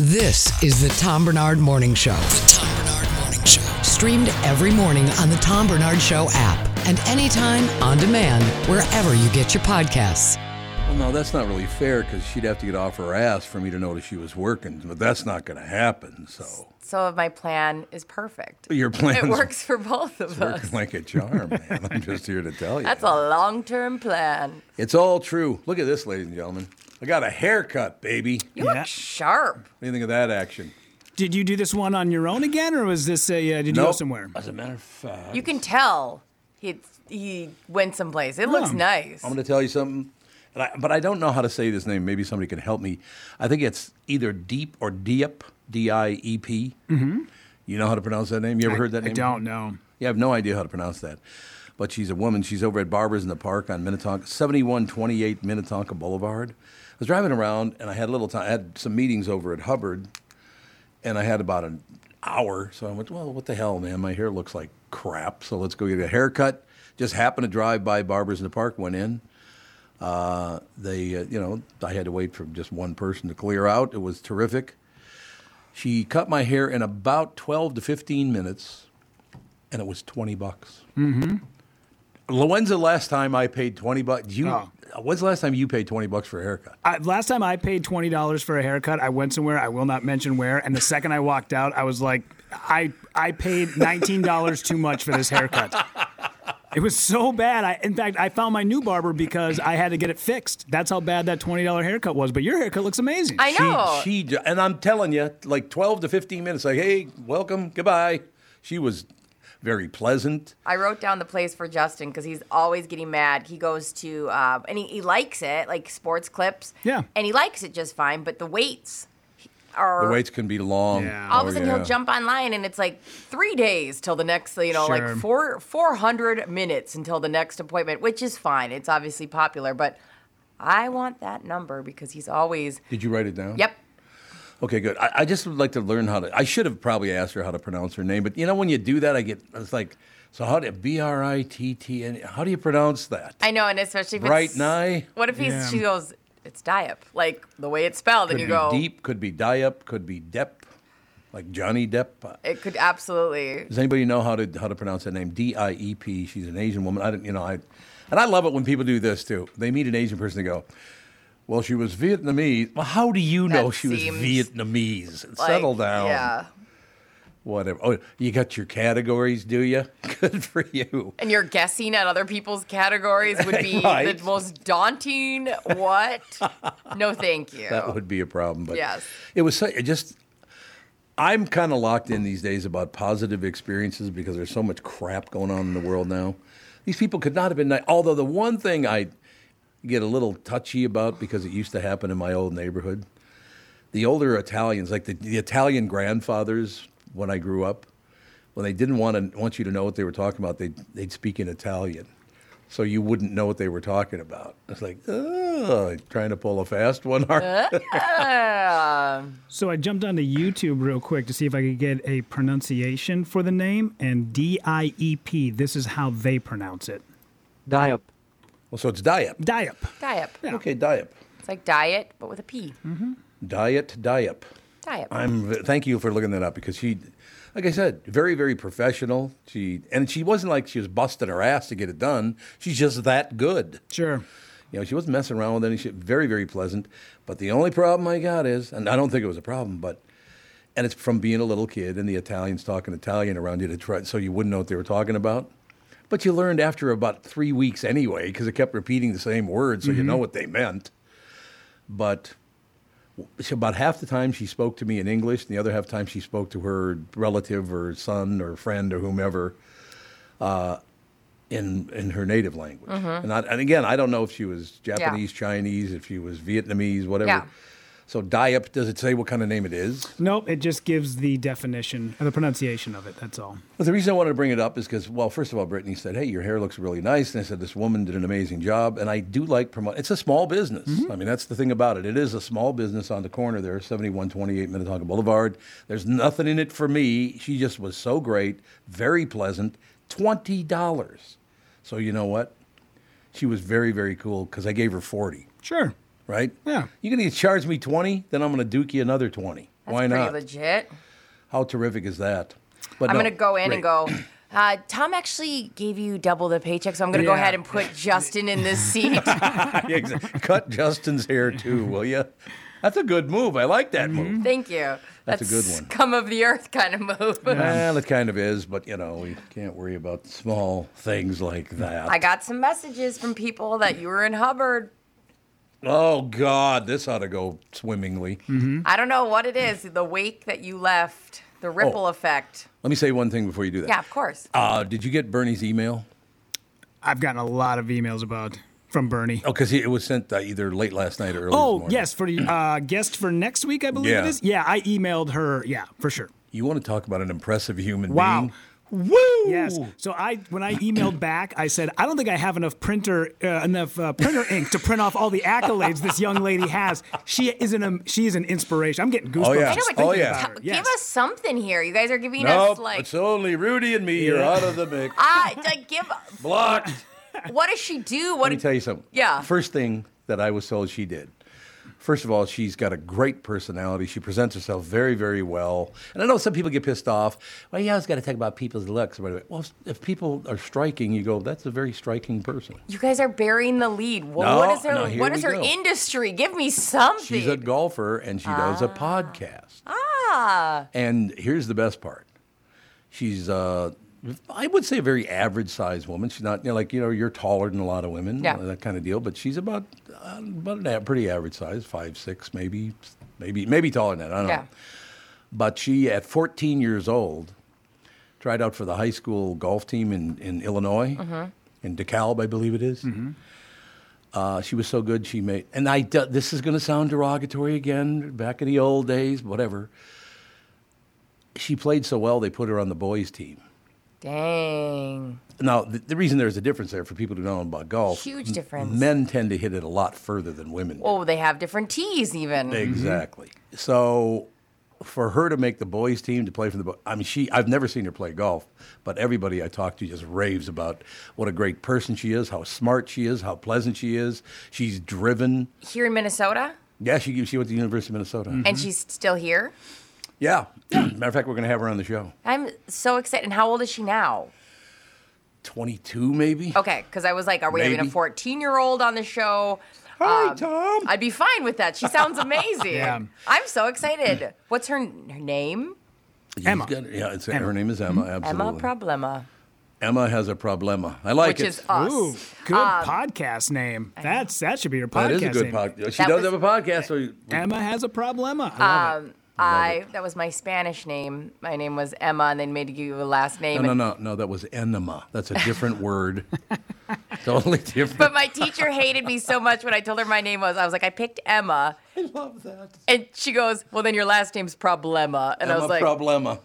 This is the Tom Bernard Morning Show. The Tom Bernard Morning Show. Streamed every morning on the Tom Bernard Show app and anytime on demand wherever you get your podcasts. Well, no, that's not really fair because she'd have to get off her ass for me to notice she was working, but that's not going to happen. So So my plan is perfect. your plan It works for both of us. Oh, working like a charm, man. I'm just here to tell you. That's a long term plan. It's all true. Look at this, ladies and gentlemen. I got a haircut, baby. What You Yeah. look sharp. do you think of that action? Did you do this one on your own again, or was this a? Uh, did you go Nope. somewhere? As a matter of fact, You can tell he he went someplace. It looks Yeah. nice. I'm going to tell you something, and I, but I don't know how to say this name. Maybe somebody can help me. I think it's either Deep or Diep, D-I-E-P. Mm-hmm. You know how to pronounce that name? You ever heard that I name? don't know. Yeah, I have no idea how to pronounce that. But she's a woman. She's over at Barbara's in the Park on Minnetonka, 7128 Minnetonka Boulevard. I was driving around and I had a little time. I had some meetings over at Hubbard and I had about an hour. So I went, well, what the hell, man? My hair looks like crap. So let's go get a haircut. Just happened to drive by Barbara's in the Park, went in. Uh, they, uh, you know, I had to wait for just one person to clear out. It was terrific. She cut my hair in about 12 to 15 minutes, and it was 20 bucks. Mm-hmm. When's the last time I paid 20 bucks? You, uh, Oh. When's the last time you paid 20 bucks for a haircut? I, last time I paid twenty dollars for a haircut, I went somewhere I will not mention where, and the second I walked out, I was like, I I paid nineteen dollars too much for this haircut. It was so bad. I, in fact, I found my new barber because I had to get it fixed. That's how bad that twenty dollar haircut was. But your haircut looks amazing. I know. She, she, ju- and I'm telling you, like 12 to 15 minutes, like, hey, welcome, goodbye. She was very pleasant. I wrote down the place for Justin because he's always getting mad. He goes to uh, and he, he likes it, like sports clips. Yeah. And he likes it just fine, but the weights are The waits can be long. Yeah. all of Oh, a sudden yeah. he'll jump online and it's like three days till the next you know Sure. like four 400 minutes until the next appointment which is fine it's obviously popular but i want that number because he's always Did you write it down? yep Okay, good. I, I just would like to learn how to. I should have probably asked her how to pronounce her name, but you know, when you do that, I get. It's like, so how do B R I T T N? How do you pronounce that? i know and especially if Right, it's, Nye? what if he's Yeah. she goes it's diep like the way it's spelled Could and you be go Deep, could be Diep, could be Depp, like Johnny Depp. Uh, it could absolutely Does anybody know how to how to pronounce that name? D I E P. She's an Asian woman. I didn't, you know, I, and I love it when people do this too. They meet an Asian person, they go, "Well, she was Vietnamese." Well, how do you know That she seems was Vietnamese? like, Settle down. yeah Whatever. Oh, you got your categories, do you? Good for you. and you're guessing at other people's categories would be Right. the most daunting what no thank you That would be a problem. But Yes. it was so, it just. I'm kind of locked in these days about positive experiences because there's so much crap going on in the world now. These people could not have been nice. Although the one thing I get a little touchy about because it used to happen in my old neighborhood, the older Italians, like the, the Italian grandfathers when I grew up, when they didn't want to want you to know what they were talking about, they'd, they'd speak in Italian. So you wouldn't know what they were talking about. It's like, oh, trying to pull a fast one. aren't you?" So I jumped onto YouTube real quick to see if I could get a pronunciation for the name, and D I E P. This is how they pronounce it. Diop. Well, so it's diet. Diop. diep Okay, diet. It's like diet, but with a P. Diet, diet. Diet. I'm thank you for looking that up because she like I said, very, very professional. She and she wasn't like she was busting her ass to get it done. She's just that good. Sure. You know, she wasn't messing around with any shit. Very, very pleasant. But the only problem I got is, and I don't think it was a problem, but and it's from being a little kid and the Italians talking Italian around you to try, so you wouldn't know what they were talking about. But you learned after about three weeks anyway, because it kept repeating the same words, so you know what they meant. But she- about half the time she spoke to me in English, and the other half time she spoke to her relative or son or friend or whomever uh, in in her native language. And, I, and again, I don't know if she was Japanese, Chinese, if she was Vietnamese, whatever. Yeah. So Diop, does it say what kind of name it is? Nope, it just gives the definition or the pronunciation of it. That's all. Well, the reason I wanted to bring it up is because, well, first of all, Brittany said, "Hey, your hair looks really nice," and I said, "This woman did an amazing job." And I do like promote. It's a small business. I mean, that's the thing about it. It is a small business on the corner there, seventy-one twenty-eight Minnetonka Boulevard. There's nothing in it for me. She just was so great, very pleasant. Twenty dollars. So you know what? She was very, very cool because I gave her forty. Sure. Right? Yeah. You're gonna charge me twenty, then I'm gonna duke you another twenty. Why pretty not? legit. How terrific is that? But I'm no, gonna go in great. and go. Uh, Tom actually gave you double the paycheck, so I'm gonna go Yeah. ahead and put Justin in this seat. Yeah, exactly. Cut Justin's hair too, will you? That's a good move. I like that move. Thank you. That's a good one. Come of the earth kind of move. Well, it kind of is, but you know, we can't worry about small things like that. Mm. I got some messages from people that you were in Hubbard. oh God, this ought to go swimmingly. I don't know what it is. The wake that you left, the ripple Hmm? Oh. effect. Let me say one thing before you do that. Yeah, of course. Uh, did you get Bernie's email? I've gotten a lot of emails about from Bernie. Oh, because it was sent uh, either late last night or early. this Oh morning. yes, for the uh, guest for next week, I believe Yeah. it is. Yeah, I emailed her. Yeah, for sure. You want to talk about an impressive human Wow. being? Woo! Yes. So I, when I emailed back, I said I don't think I have enough printer, uh, enough uh, printer ink to print off all the accolades this young lady has. She is an, um, she is an inspiration. I'm getting goosebumps. Oh, yeah. I know, just but Oh, thinking yeah. about her. give Yes. us something here. You guys are giving us Nope, like, it's only Rudy and me. You're Yeah. out of the mix. ah, like give. Blocked. What does she do? What Let me tell you something. Yeah. First thing that I was told she did. First of all, she's got a great personality. She presents herself very, very well. And I know some people get pissed off. Well, you always got to talk about people's looks. By the way, well, if people are striking, you go, that's a very striking person. You guys are burying the lead. Wh- No, what is her? no, here what we is her go. industry? Give me something. She's a golfer and she does a podcast. ah, And here's the best part. She's uh I would say a very average sized woman. She's not you know, like you know you're taller than a lot of women, Yeah. that kind of deal. But she's about uh, about an a- pretty average size, five six maybe, maybe maybe taller than that. I don't yeah. know. But she at 14 years old tried out for the high school golf team in in Illinois, Mm-hmm. in DeKalb, I believe it is. Uh, she was so good she made. And I do- this is going to sound derogatory again, back in the old days, whatever. She played so well they put her on the boys' team. Dang. Now, the, the reason there's a difference there for people who don't know about golf, Huge difference. Men tend to hit it a lot further than women. do. Oh, they have different teas even. Exactly. So for her to make the boys team to play for the boys, I mean, she I've never seen her play golf, but everybody I talk to just raves about what a great person she is, how smart she is, how pleasant she is. She's driven. Here in Minnesota, Yeah, she she went to the University of Minnesota. and she's still here. Yeah. Matter of fact, we're going to have her on the show. I'm so excited. And how old is she now? 22 maybe. Okay, because I was like, are we having Maybe. a 14 year old on the show? Hi, Um, Tom. I'd be fine with that. She sounds amazing. Yeah. I'm so excited. What's her, her name? You've Emma. got- yeah, it's, her name is Emma. Absolutely. Mm-hmm. Emma Problema, Emma has a problema. I like which it. is us. Ooh, good podcast name. That's Um, that should be your podcast that is a good name. podcast. She That does was- have a podcast, so you, Emma has a problema. I Um, love it. I that was my Spanish name. My name was Emma, and they made you a last name. No, and- no, no, no. That was enema. That's a different word. totally different. But my teacher hated me so much when I told her my name was. I was like, I picked Emma, I love that. and she goes, "Well, then your last name's Problema." And I Emma was like, problema.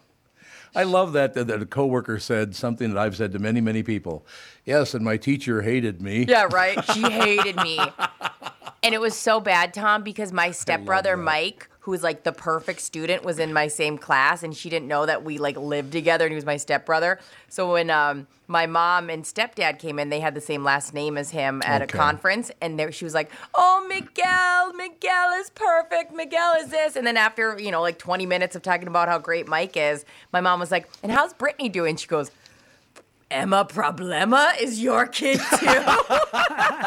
I love that, that that a coworker said something that I've said to many, many people. Yes, and my teacher hated me. Yeah, right. She hated me. And it was so bad, Tom, because my stepbrother Mike, who was like the perfect student, was in my same class and she didn't know that we like lived together and he was my stepbrother. So when um my mom and stepdad came in, they had the same last name as him at Okay. a conference and there she was like, "Oh, Miguel, Miguel is perfect. Miguel is this." And then after, you know, like 20 minutes of talking about how great Mike is, my mom was like, "And how's Brittany doing?" She goes, Emma Problema is your kid too.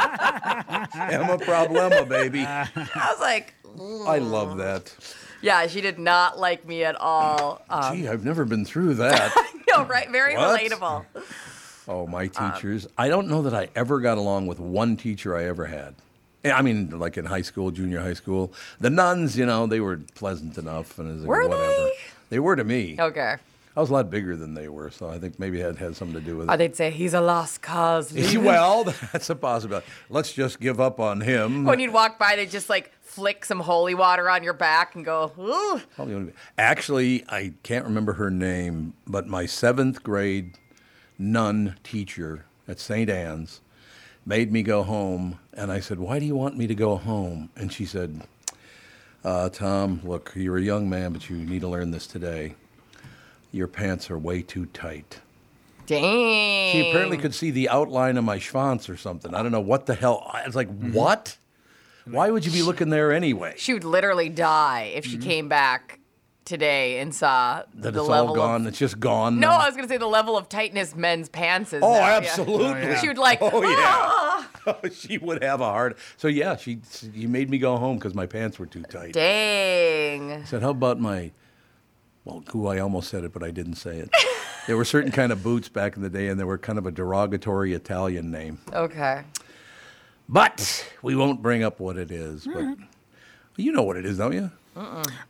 Emma problema, baby. I was like, I love that. yeah, she did not like me at all. Uh, Gee, I've never been through that. no, right? Very What? relatable. Oh, my Um, teachers. I don't know that I ever got along with one teacher I ever had. Yeah, I mean, like in high school, junior high school. The nuns, you know, they were pleasant enough. and it was like, Were whatever. they? They were to me. Okay. I was a lot bigger than they were, so I think maybe that had something to do with Or it. they'd say, he's a lost cause. leave him." well, that's a possibility. Let's just give up on him. When you'd walk by, they'd just like flick some holy water on your back and go, ooh. Probably wouldn't be- Actually, I can't remember her name, but my seventh grade nun teacher at St. Anne's made me go home, and I said, "Why do you want me to go home?" And she said, uh, "Tom, look, you're a young man, but you need to learn this today. Your pants are way too tight." Dang. She apparently could see the outline of my schwanz or something. I don't know what the hell. I was like, Mm-hmm. what? Why would you be looking there anyway? She would literally die if she came back today and saw Mm-hmm. That the it's level all gone. of it's just gone. no, now? I was gonna say the level of tightness men's pants is. Oh, now, yeah. absolutely. yeah. She would like. "Ah!" Oh yeah. she would have a hard. So yeah, she she made me go home because my pants were too tight. Dang. said, "How about my?" Well, ooh, I almost said it, but I didn't say it. there were certain kind of boots back in the day, and they were kind of a derogatory Italian name. Okay. But we won't bring up what it is. But Mm-hmm. you know what it is, don't you?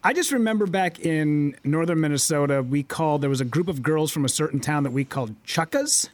I just remember back in northern Minnesota, we called there was a group of girls from a certain town that we called chuckas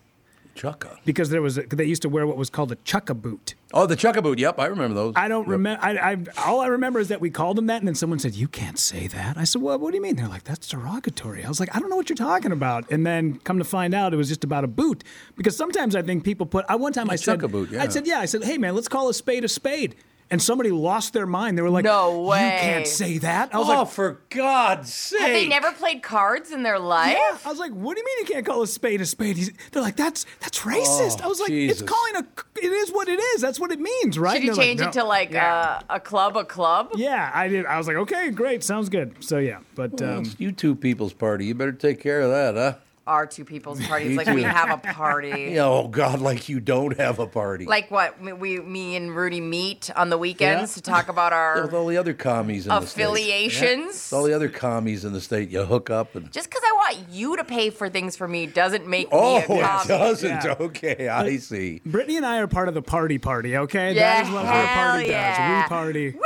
Chukka. because there was a, they used to wear what was called a chucka boot. Oh, the chukka boot. Yep, I remember those. I don't Yep. remember. I, I all I remember is that we called them that, and then someone said, "You can't say that." I said, "Well, what do you mean?" They're like, "That's derogatory." I was like, "I don't know what you're talking about." And then come to find out, it was just about a boot because sometimes I think people put. I one time I said, chuck a boot, yeah. "I said, yeah." I said, "Hey, man, let's call a spade a spade." And somebody lost their mind. They were like, No you way. can't say that." I Oh, was like, for God's sake! Have they never played cards in their life? Yeah. I was like, what do you mean you can't call a spade a spade? He's, they're like, that's that's racist. Oh, I was like, Jesus. it's calling a. c- It is what it is. That's what it means, right? Should And you they're change like, it "No." to like uh, a club? A club? Yeah, I did. I was like, okay, great, sounds good. So yeah, but um, It's you two people's party. You better take care of that, huh? Our two people's parties. You like we too. have a party. Yeah, oh God, like you don't have a party. Like what? We, we, me and Rudy meet on the weekends to talk about Yeah, our with all the other commies in the state. Yeah. affiliations. With all the other commies in the state, you hook up and Just because I want you to pay for things for me doesn't make oh, me a it cop. doesn't. Yeah. Okay, I see. Brittany and I are part of the party party. Okay, Yeah, that is what our hell party yeah. does. We party.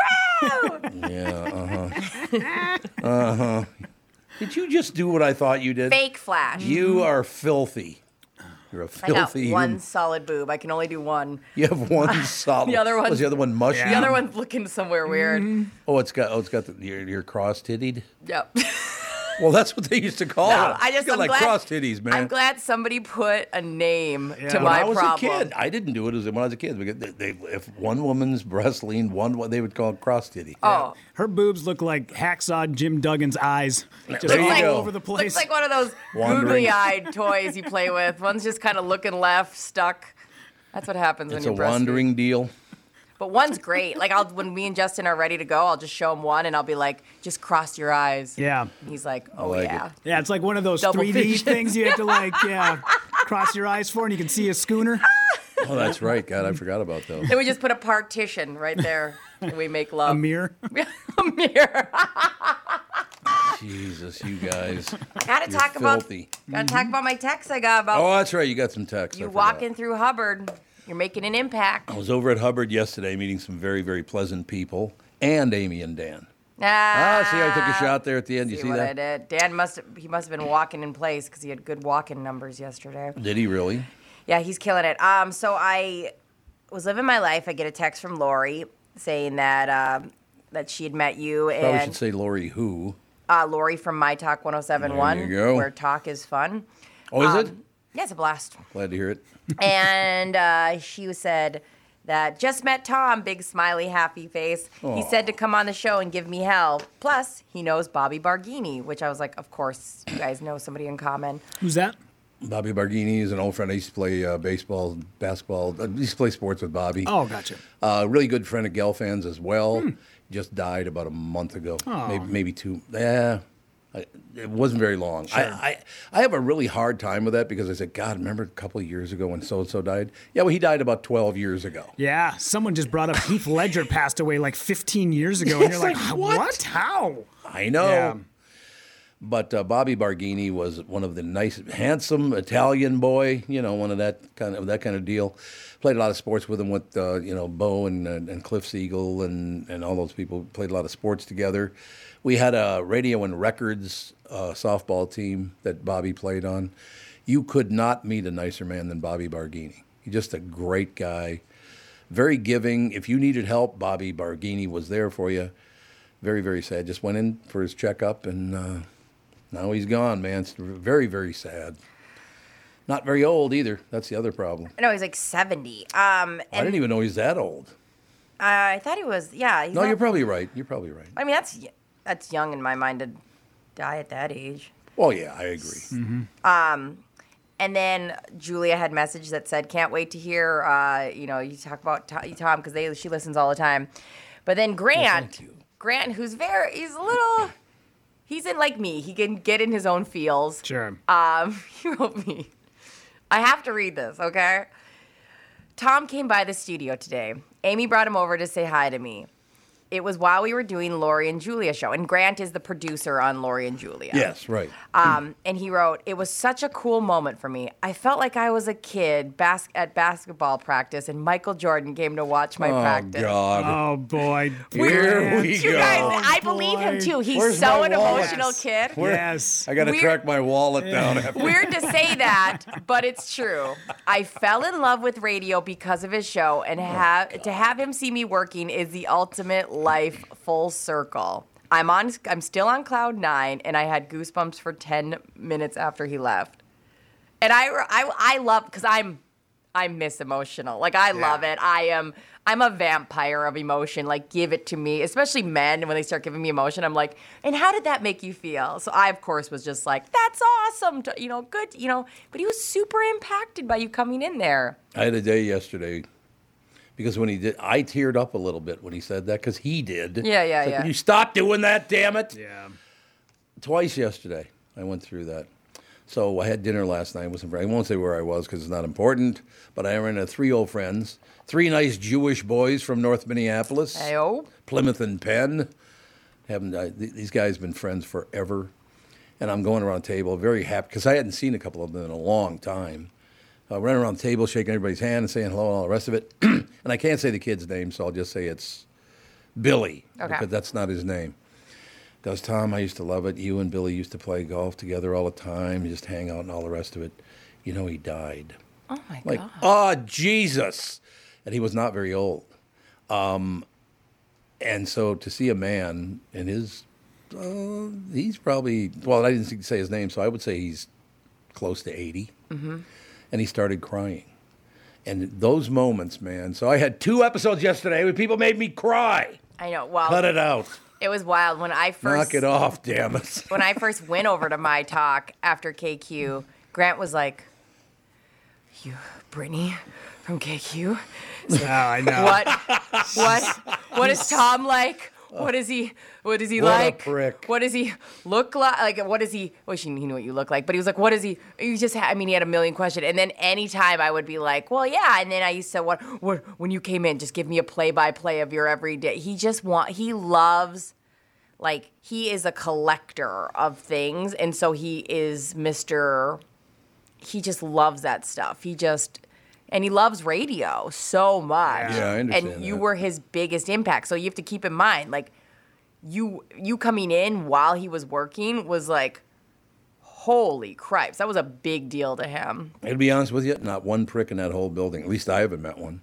Yeah. Uh huh. uh huh. Did you just do what I thought you did? Fake flash. You are filthy. You're a I got filthy. one human- solid boob. I can only do one. You have one solid. The other what one's- Was the other one mushy? The The other one's looking somewhere weird. Oh, it's got. Oh, it's got. The, you're, you're cross tittied. Yep. Well, that's what they used to call it. I just got I'm like glad, cross titties, man. I'm glad somebody put a name to When when my I was problem. a kid, I didn't do it as when I was a kid because they, they, if one woman's breast leaned one, what they would call cross titty. Oh, Her boobs look like hacksaw Jim Duggan's eyes, just There all you go. over the place. looks like one of those Wandering. googly-eyed toys you play with. One's just kind of looking left, stuck. That's what happens it's a when you're breastfeeding. wandering deal. But one's great. Like I'll when me and Justin are ready to go, I'll just show him one, and I'll be like, "Just cross your eyes." yeah, And he's like, "Oh like yeah." it. yeah, it's like one of those Double 3D vision. things you have to like, yeah, cross your eyes for, and you can see a schooner. Oh, that's right. God, I forgot about those. Then we just put a partition right there, and we make love. A mirror. a mirror. Jesus, you guys. Gotta You're talk filthy. about. Gotta talk about my text I got about Oh, that's right. You got some text. Mm-hmm. you I forgot. walking through Hubbard. You're making an impact. I was over at Hubbard yesterday meeting some very, very pleasant people and Amy and Dan. Ah, see, I took a shot there at the end. You see, what that? I did. Dan must he must have been walking in place because he had good walking numbers yesterday. Did he really? Yeah, he's killing it. Um, so I was living my life. I get a text from Lori saying that um, that she had met you Probably and should say Lori who. uh, Lori from My Talk 1071, There you go. where talk is fun. Oh, is it? Yeah, it's a blast. Glad to hear it. and uh, she said that just met Tom, big smiley, happy face. He said to come on the show and give me hell. Plus, he knows Bobby Barghini, which I was like, of course, you guys know somebody in common. Who's that? Bobby Barghini is an old friend. I used to play uh, baseball, basketball. uh, I used to play sports with Bobby. Oh, gotcha. Hmm. Uh, really good friend of Gelfand's as well. Just died about a month ago, maybe, maybe two. Yeah, I, it wasn't very long. I, I I have a really hard time with that because I said, God, remember a couple of years ago when so and so died? Yeah, well, he died about twelve years ago. Yeah, someone just brought up Heath Ledger passed away like 15 years ago, and It's you're like, like, what? what? How? I know. Yeah. But uh, Bobby Barghini was one of the nice, handsome Italian boy. You know, one of that kind of that kind of deal. Played a lot of sports with him with uh, you know Bo and and and Cliff Siegel and and all those people. Played a lot of sports together. We had a radio and records uh, softball team that Bobby played on. You could not meet a nicer man than Bobby Barghini. He's just a great guy, very giving. If you needed help, Bobby Barghini was there for you very very sad. Just went in for his checkup, and uh, now he's gone, man. It's very very sad. Not very old either. That's the other problem. No, he's like 70. Um, I didn't and even know he's that old. I thought he was, yeah. He's No, not- you're probably right. You're probably right. I mean, that's that's young in my mind to die at that age. Well, yeah, I agree. And then Julia had message that said, "Can't wait to hear." Uh, you know, you talk about To- Tom because they she listens all the time. But then Grant, thank you. Grant, who's very, he's a little, He's in like me. He can get in his own feels. Sure. Um, he wrote me. I have to read this, okay? Tom came by the studio today. Amy brought him over to say hi to me. It was while we were doing Laurie and Julia show, and Grant is the producer on Laurie and Julia. Yes, right. Um, and he wrote, "It was such a cool moment for me. I felt like I was a kid bas- at basketball practice, and Michael Jordan came to watch my oh practice. God. Oh boy. Here we You guys, go. I believe him too. He's Where's so my an wallet? emotional kid. Where- Yes. I got to We're- track my wallet down. After. Weird to say that, but it's true. I fell in love with radio because of his show, and have to have him see me working is the ultimate life full circle. I'm on. I'm still on cloud nine, and I had goosebumps for ten minutes after he left. And I, I, I love because I'm, I'm miss emotional. Like I love it. I am. I'm a vampire of emotion. Like give it to me, especially men when they start giving me emotion. I'm like, and how did that make you feel? So I, of course, was just like, that's awesome. to- you know, good. You know, but he was super impacted by you coming in there. I had a day yesterday because when he did, I teared up a little bit when he said that because he did. Yeah, yeah, It's like, yeah. "Will you stop doing that, damn it. Yeah. Twice yesterday, I went through that. So I had dinner last night with some friends. I won't say where I was because it's not important, but I ran into three old friends, three nice Jewish boys from North Minneapolis, Ayo. Plymouth and Penn. Haven't, I, th- these guys have been friends forever. And I'm going around the table, very happy, because I hadn't seen a couple of them in a long time. Uh, running around the table, shaking everybody's hand and saying hello and all the rest of it. and I can't say the kid's name, so I'll just say it's Billy, Okay. because that's not his name. Goes, Tom, I used to love it. You and Billy used to play golf together all the time, just hang out and all the rest of it. You know, he died. Oh my Like, god. oh, Jesus. And he was not very old. Um, and so to see a man in his, uh, he's probably, well, I didn't say his name, so I would say he's close to 80. Mm-hmm. And he started crying. And those moments, man. So I had two episodes yesterday where people made me cry. I know. Well, Cut it out. it was wild when I first Knock it off, damn it. when I first went over to my talk after KQ, Grant was like, "You, Brittany, from KQ, Oh, I know. what, what, what is Tom like? What is he? What is he What a like? prick. What does he look like? Like, what is he? Well, she, he knew what you look like, but he was like, what is he? He just, had, I mean, he had a million questions. And then anytime I would be like, well, yeah. And then I used to, what, what when you came in, just give me a play-by-play of your everyday. He just want, he loves, like, he is a collector of things, and so he is Mister. He just loves that stuff. He just. And he loves radio so much. Yeah, I And understand you that. were his biggest impact. So you have to keep in mind, like, you you coming in while he was working was like holy cripes that was a big deal to him And to be honest with you, not one prick in that whole building. At least I haven't met one.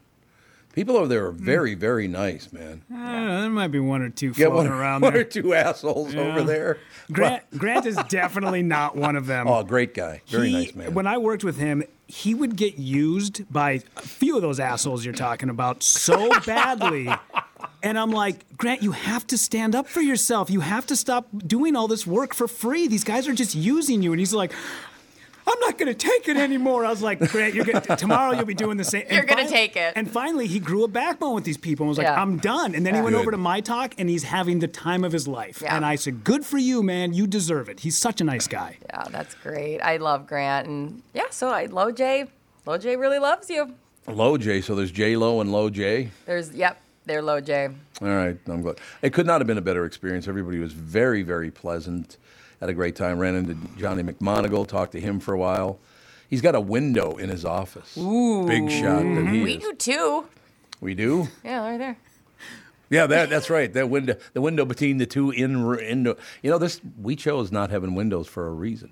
People over there are Hmm. very, very nice, man. I don't know, there might be one or two Get floating one, around one or there. two assholes over there. Grant, Grant is definitely not one of them. Oh, great guy. Very He- nice man. When I worked with him, he would get used by a few of those assholes you're talking about so badly. And I'm like, Grant, you have to stand up for yourself. You have to stop doing all this work for free. These guys are just using you. And he's like, I'm not gonna take it anymore. I was like, Grant, you're gonna, tomorrow you'll be doing the same. And You're gonna fin- take it. And finally, he grew a backbone with these people. and was like, Yeah. I'm done. And then he went Good. over to my talk, and he's having the time of his life. Yeah. And I said, Good for you, man. You deserve it. He's such a nice guy. yeah that's great i love grant and yeah so i Lo J, Lo J really loves you Low J. So there's J Lo and Low J. there's yep they're Lo J. All right, I'm glad. It could not have been a better experience. Everybody was very, very pleasant. Had a great time. Ran into Johnny McMonagle. Talked to him for a while. He's got a window in his office. Ooh, big shot that he we is. do too We do. yeah right there Yeah, that that's right. That window, the window between the two in in you know this we chose not having windows for a reason.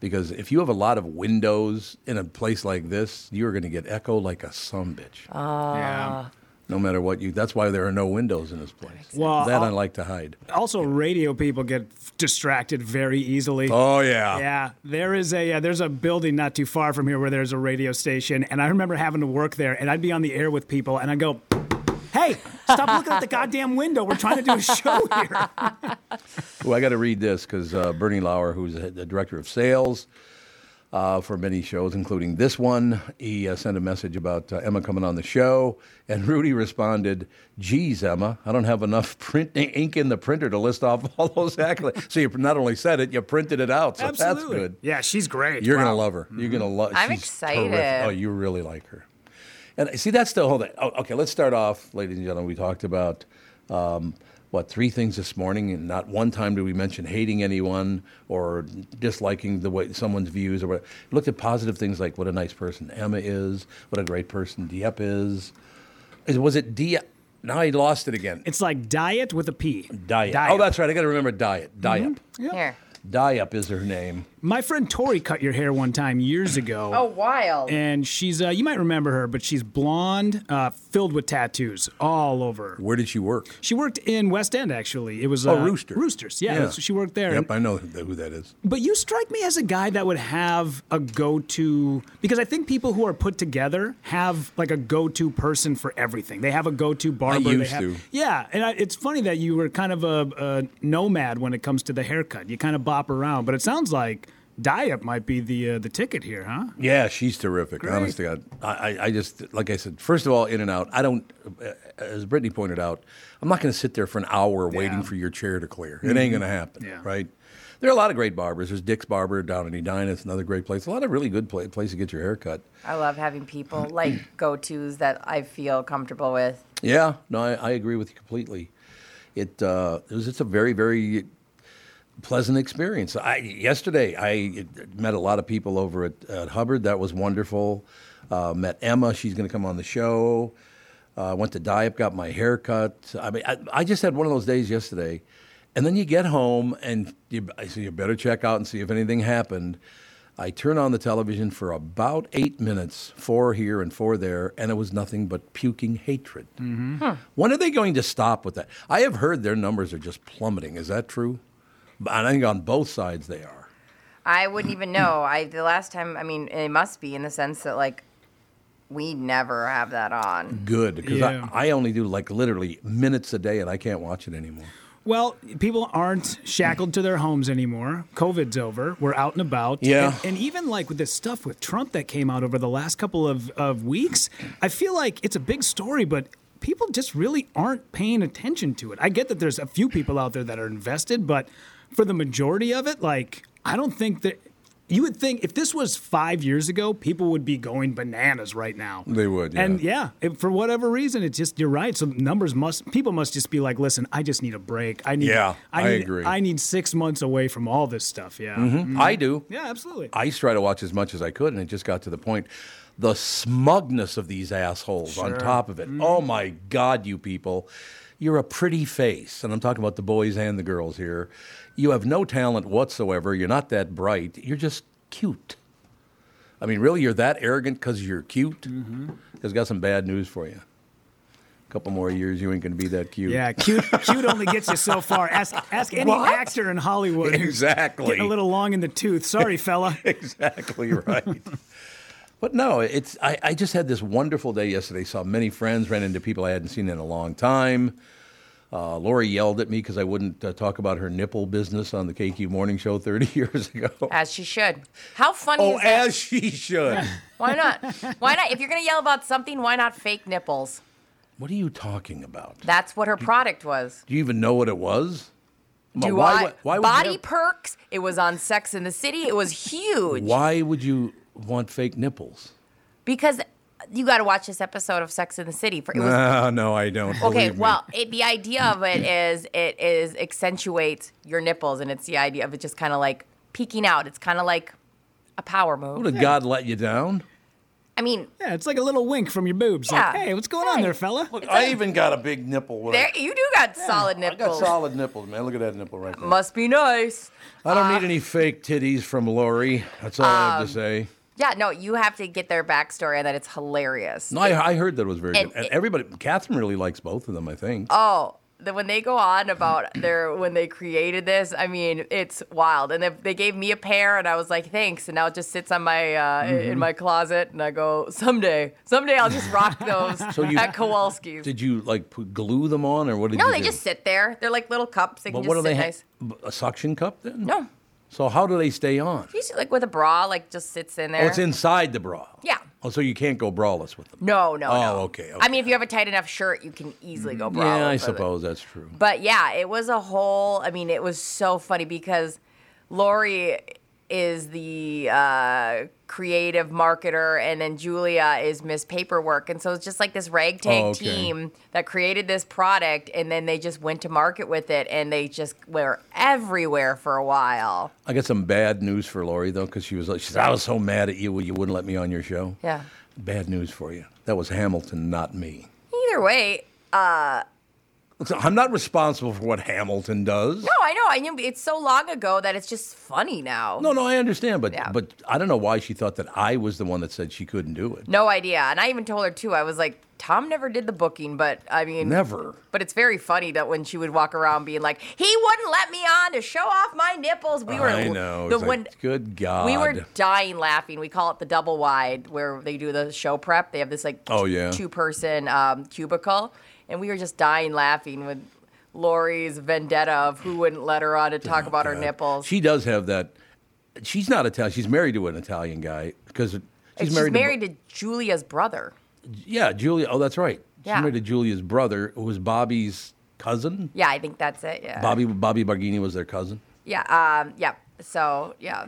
Because if you have a lot of windows in a place like this, you're going to get echo like a sumbitch. Ah. Yeah. no matter what you. That's why there are no windows in this place. Well, that i I'll- like to hide. Also, radio people get distracted very easily. Oh yeah. Yeah, there is a uh, there's a building not too far from here where there's a radio station, and I remember having to work there, and I'd be on the air with people, and I'd go, "Hey, stop looking out the goddamn window. We're trying to do a show here." Well, I got to read this because uh, Bernie Lauer, who's the the director of sales uh, for many shows, including this one. He uh, sent a message about uh, Emma coming on the show, and Rudy responded, Geez, Emma, I don't have enough print ink in the printer to list off all those accolades. so you not only said it, you printed it out. So Absolutely. that's good. Yeah, she's great. You're Wow. gonna love her. You're gonna love. Mm-hmm. I'm she's excited. terrific. Oh, you really like her. And see, that's the whole thing. Oh, okay, let's start off, ladies and gentlemen. We talked about um, what three things this morning, and not one time did we mention hating anyone or disliking the way someone's views or what. Looked at positive things like what a nice person Emma is, what a great person Dieppe is. Is- Was it Dieppe? Now I lost it again. It's like diet with a P. Diet. Oh, that's right. I got to remember Diet. Diet. Here. Diet is her name. My friend Tori cut your hair one time years ago. Oh, wild. And she's, uh, you might remember her, but she's blonde, uh, filled with tattoos all over. Where did she work? She worked in West End, actually. It was Oh, uh, Rooster. Roosters, yeah. that's- she worked there. Yep, I know th- who that is. But you strike me as a guy that would have a go to, because I think people who are put together have like a go to person for everything. They have a go to barber. they used have- to. Yeah. And I, it's funny that you were kind of a, a nomad when it comes to the haircut. You kind of bop around, but it sounds like diet might be the uh, the ticket here, huh? Yeah, she's terrific. Great. Honest to God, I, I- I just like I said. First of all, in and out. I don't, uh, as Brittany pointed out, I'm not going to sit there for an hour waiting for your chair to clear. It ain't going to happen, Yeah. right? There are a lot of great barbers. There's Dick's Barber down in Edina. It's another great place. A lot of really good pla place to get your hair cut. I love having people like go tos that I feel comfortable with. Yeah, no, I, I agree with you completely. It, uh, it was it's a very very pleasant experience. I yesterday I met a lot of people over at, at Hubbard. That was wonderful. Uh, met Emma. She's going to come on the show. Uh, went to Diep, got my hair cut. I mean, I, I just had one of those days yesterday. And then you get home and you, I say you better check out and see if anything happened. I turn on the television for about eight minutes, four here and four there, and it was nothing but puking hatred. When are they going to stop with that? I have heard their numbers are just plummeting. Is that true? But I think on both sides they are. I wouldn't even know. I the last time, I mean, it must be in the sense that like we never have that on. Good because Yeah. I, I only do like literally minutes a day, and I can't watch it anymore. Well, people aren't shackled to their homes anymore. COVID's over. We're out and about. Yeah. And, and even like with this stuff with Trump that came out over the last couple of, of weeks, I feel like it's a big story, but people just really aren't paying attention to it. I get that there's a few people out there that are invested, but for the majority of it, like, I don't think that. You would think if this was five years ago, people would be going bananas right now. They would, And yeah. yeah, it, for whatever reason, it's just you're right. So numbers must people must just be like, listen, I just need a break. I need. Yeah, I need, agree. I need six months away from all this stuff. Yeah. I do. Yeah, absolutely. I used to try to watch as much as I could, and it just got to the point. The smugness of these assholes on top of it. Oh my God, you people. You're a pretty face. And I'm talking about the boys and the girls here. You have no talent whatsoever. You're not that bright. You're just cute. I mean, really, you're that arrogant because you're cute? Has got some bad news for you. A couple more years, you ain't going to be that cute. yeah, cute. Cute only gets you so far. Ask ask any What? actor in Hollywood. who's Exactly. Getting a little long in the tooth. Sorry, fella. exactly right. but no, it's I, I just had this wonderful day yesterday. Saw many friends, ran into people I hadn't seen in a long time. Uh, Lori yelled at me because I wouldn't uh, talk about her nipple business on the KQ Morning Show 30 years ago. As she should. How funny oh, is that? as she should. Why not? Why not? If you're gonna yell about something, why not fake nipples? what are you talking about? That's what her product was. Do you even know what it was? Come on, Do why, I, would- why would body you, have- perks? It was on Sex in the City. It was huge. Why would you want fake nipples? Because you got to watch this episode of Sex in the City. For it was Uh, no, I don't. Okay, believe me. well, it, the idea of it is it is accentuates your nipples, and it's the idea of it just kind of like peeking out. It's kind of like a power move. Would God let you down? I mean, Yeah, it's like a little wink from your boobs. Like, Yeah. hey, what's going on Hey. there, fella? Look, I even got a big nipple. when I- there you do got solid I got nipples. solid nipples, man. Look at that nipple right there. Must be nice. I don't uh, need any fake titties from Lori. That's all I um, have to say. Yeah, no, you have to get their backstory, and that it's hilarious. No, I, I heard that it was very and good. And it- everybody, Catherine really likes both of them, I think. Oh, the, when they go on about their when they created this, I mean, it's wild. And they, they gave me a pair, and I was like, thanks. And now it just sits on my uh, Mm-hmm. in my closet, and I go, someday, someday I'll just rock those you- at Kowalski's. did you like put, glue them on, or what did No, you they do? just sit there. They're like little cups. They But can what just do sit they nice. have? A suction cup then? No. So how do they stay on? She's like with a bra, like just sits in there. Oh, it's inside the bra. Yeah. Oh, so you can't go braless with them. No, no, Oh, no. okay, I okay. Mm, mean, if you have a tight enough shirt, you can easily go bra. yeah, I suppose that's true. But yeah, it was a whole. I mean, it was so funny because Lori is the uh, creative marketer, and then Julia is Miss Paperwork, and so it's just like this ragtag Oh, okay. team that created this product, and then they just went to market with it, and they just were everywhere for a while. I got some bad news for Lori though, because she was like, she said, "I was so mad at you, you wouldn't let me on your show." Yeah. Bad news for you. That was Hamilton, not me. Either way, So I'm not responsible for what Hamilton does. no, oh, I know. I knew it's so long ago that it's just funny now. No, no, I understand, but Yeah. but I don't know why she thought that I was the one that said she couldn't do it. No idea. And I even told her too. I was like, Tom never did the booking, but I mean, Never. But it's very funny that when she would walk around being like, he wouldn't let me on to show off my nipples. We were I know. the It's like, when good God. we were dying laughing. We call it the double wide where they do the show prep. They have this like Oh, yeah. two person um, cubicle, and we were just dying laughing with Lori's vendetta of who wouldn't let her on to talk about her Oh, God. nipples. She does have that. She's not Italian. She's married to an Italian guy because she's, And she's married. married to Julia's brother. to, yeah, Julia. Oh, that's right. Yeah. She's married to Julia's brother, who was Bobby's cousin. Yeah, I think that's it. Yeah. Bobby Bobby Barghini was their cousin. Yeah. Um, yeah. So yeah.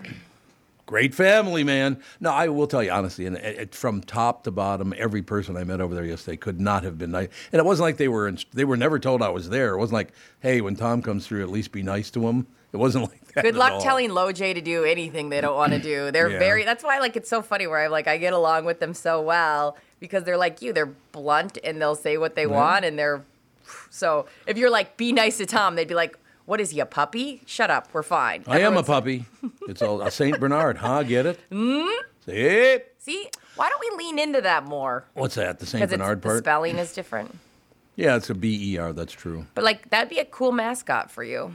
Great family, man. No, I will tell you honestly, and it, it- from top to bottom, every person I met over there yesterday could not have been nice. And it wasn't like they were in, they were never told I was there. It wasn't like, hey, when Tom comes through, at least be nice to him. It wasn't like that. Good at luck all. telling LoJ to do anything they don't want to do. They're Yeah. very. That's why like it's so funny where I'm like I get along with them so well because they're like you. They're blunt and they'll say what they want and they're. So if you're like be nice to Tom, they'd be like, "What is he a puppy? Shut up. We're fine." I am a Everyone's- puppy. It's all a Saint Bernard, huh? Get it? Mm. Hmm? See it? See, why don't we lean into that more? What's that? The Saint Because it's Bernard the part? spelling is different. Yeah, it's a B E R. That's true. But like that'd be a cool mascot for you.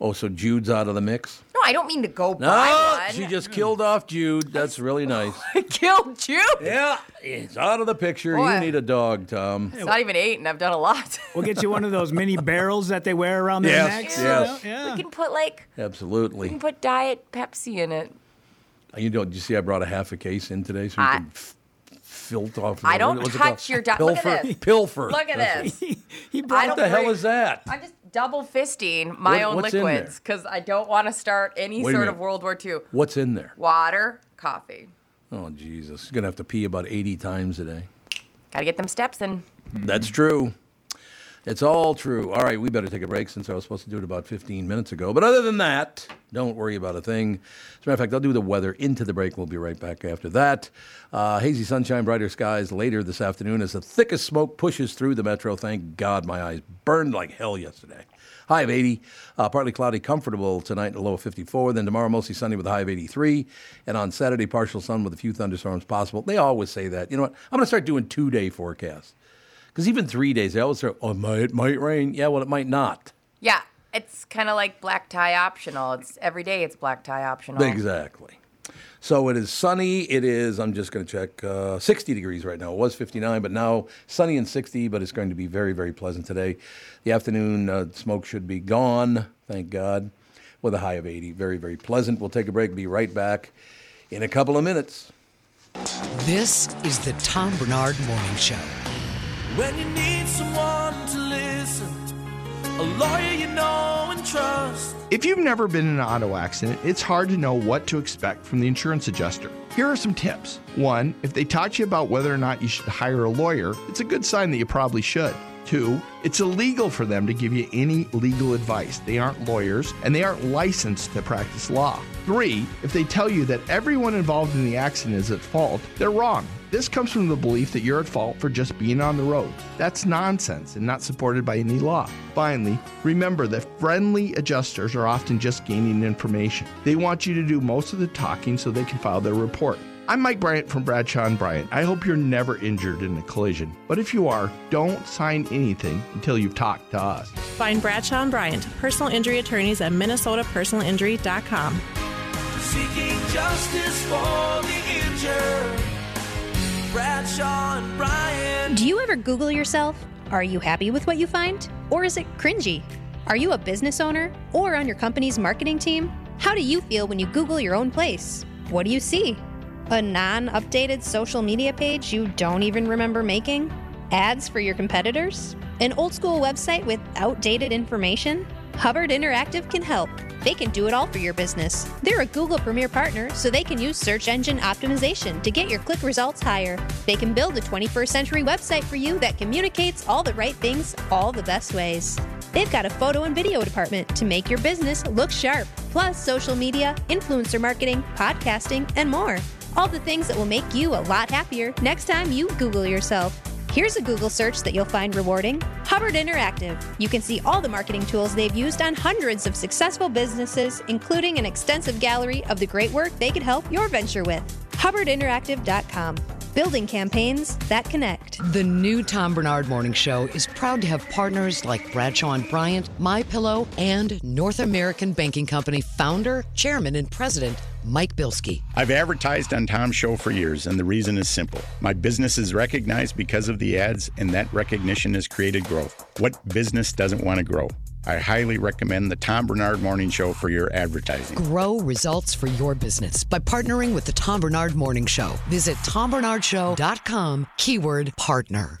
Oh, so Jude's out of the mix. No, I don't mean to go No, buy one. she just killed off Jude. That's really nice. killed you. yeah, it's out of the picture. Boy. You need a dog, Tom. It's not even eight, and I've done a lot. We'll get you one of those mini barrels that they wear around their Yes, necks. yes. Yeah. we can put like Absolutely. put diet Pepsi in it. You know, did you see I brought a half a case in today so you I- can f- filt off. I don't what's touch it called? your di- Pilfer. look at this. Pilfer. Look at That's it. this. He I brought What don't the hell worry. is that? I'm just double fisting my What- own what's in liquids because I don't want to start any Wait a sort minute. of World War II. What's in there? Water, coffee. Oh, Jesus. You're going to have to pee about 80 times a day. Gotta get them steps in. That's true. It's all true. All right, we better take a break since I was supposed to do it about 15 minutes ago. But other than that, don't worry about a thing. As a matter of fact, I'll do the weather into the break. We'll be right back after that. Uh, hazy sunshine, brighter skies later this afternoon as the thickest smoke pushes through the metro. Thank God my eyes burned like hell yesterday. High of 80, uh, partly cloudy, comfortable tonight, and a low of 54. Then tomorrow, mostly sunny with a high of 83. And on Saturday, partial sun with a few thunderstorms possible. They always say that. You know what? I'm going to start doing two day forecasts. Because even three days, they always throw, oh, it might, it might rain. Yeah, well, it might not. Yeah, it's kind of like black tie optional. It's every day. It's black tie optional. Exactly. So it is sunny. It is, I'm just going to check, uh, 60 degrees right now. It was 59, but now sunny and 60, but it's going to be very, very pleasant today. The afternoon uh, smoke should be gone, thank God, with a high of 80. Very, very pleasant. We'll take a break, be right back in a couple of minutes. This is the Tom Bernard Morning Show. When you need someone to listen, a lawyer you know and trust. If you've never been in an auto accident, it's hard to know what to expect from the insurance adjuster. Here are some tips. One, if they talk to you about whether or not you should hire a lawyer, it's a good sign that you probably should. Two, it's illegal for them to give you any legal advice. They aren't lawyers and they aren't licensed to practice law. Three, if they tell you that everyone involved in the accident is at fault, they're wrong. This comes from the belief that you're at fault for just being on the road. That's nonsense and not supported by any law. Finally, remember that friendly adjusters are often just gaining information. They want you to do most of the talking so they can file their report. I'm Mike Bryant from Bradshaw and Bryant. I hope you're never injured in a collision, but if you are, don't sign anything until you've talked to us. Find Bradshaw and Bryant, personal injury attorneys at minnesotapersonalinjury.com. Seeking justice for the injured. Bradshaw and Brian. Do you ever Google yourself? Are you happy with what you find? Or is it cringy? Are you a business owner or on your company's marketing team? How do you feel when you Google your own place? What do you see? A non updated social media page you don't even remember making? Ads for your competitors? An old school website with outdated information? Hubbard Interactive can help. They can do it all for your business. They're a Google Premier partner, so they can use search engine optimization to get your click results higher. They can build a 21st century website for you that communicates all the right things, all the best ways. They've got a photo and video department to make your business look sharp, plus social media, influencer marketing, podcasting, and more. All the things that will make you a lot happier next time you Google yourself. Here's a Google search that you'll find rewarding Hubbard Interactive. You can see all the marketing tools they've used on hundreds of successful businesses, including an extensive gallery of the great work they could help your venture with. HubbardInteractive.com, building campaigns that connect. The new Tom Bernard Morning Show is proud to have partners like Bradshaw and Bryant, My Pillow, and North American Banking Company founder, chairman, and president Mike Bilski. I've advertised on Tom's show for years, and the reason is simple. My business is recognized because of the ads, and that recognition has created growth. What business doesn't want to grow? I highly recommend the Tom Bernard Morning Show for your advertising. Grow results for your business by partnering with the Tom Bernard Morning Show. Visit tombernardshow.com keyword partner.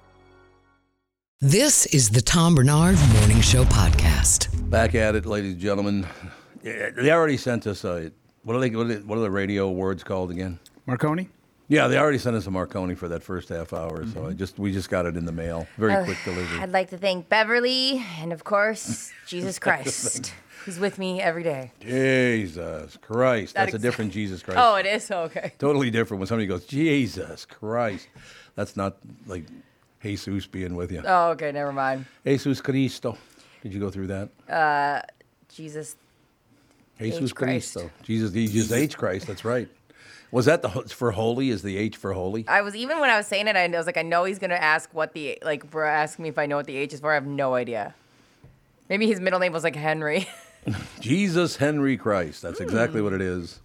This is the Tom Bernard Morning Show podcast. Back at it, ladies and gentlemen. Yeah, They already sent us a what are they what are, they- what are the radio awards called again? Marconi? Yeah, they already sent us a Marconi for that first half hour, so Mm-hmm. I just we just got it in the mail. Very Oh, quick delivery. I'd like to thank Beverly and, of course, Jesus Christ, who's with me every day. Jesus Christ, That that's a ex- different Jesus Christ. Oh, it is? Oh, okay. totally different when somebody goes Jesus Christ. That's not like Jesus being with you. Oh, okay. Never mind. Jesus Cristo. Did you go through that? Jesus. Jesus H Christ. Cristo. Jesus, Jesus H Christ. That's right. Was that the ho- for holy? Is the H for holy? I was, even when I was saying it, I was like, I know he's going to ask what the, like, bro, ask me if I know what the H is for. I have no idea. Maybe his middle name was like Henry. Jesus Henry Christ. That's Hmm. exactly what it is.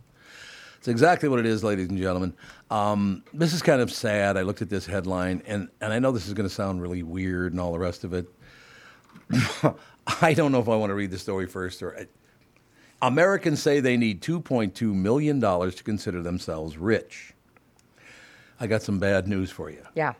It's exactly what it is, ladies and gentlemen. Um, this is kind of sad. I looked at this headline, and, and I know this is going to sound really weird and all the rest of it. I don't know if I want to read the story first or. uh, Americans say they need $2.2 million to consider themselves rich. I got some bad news for you. yeah.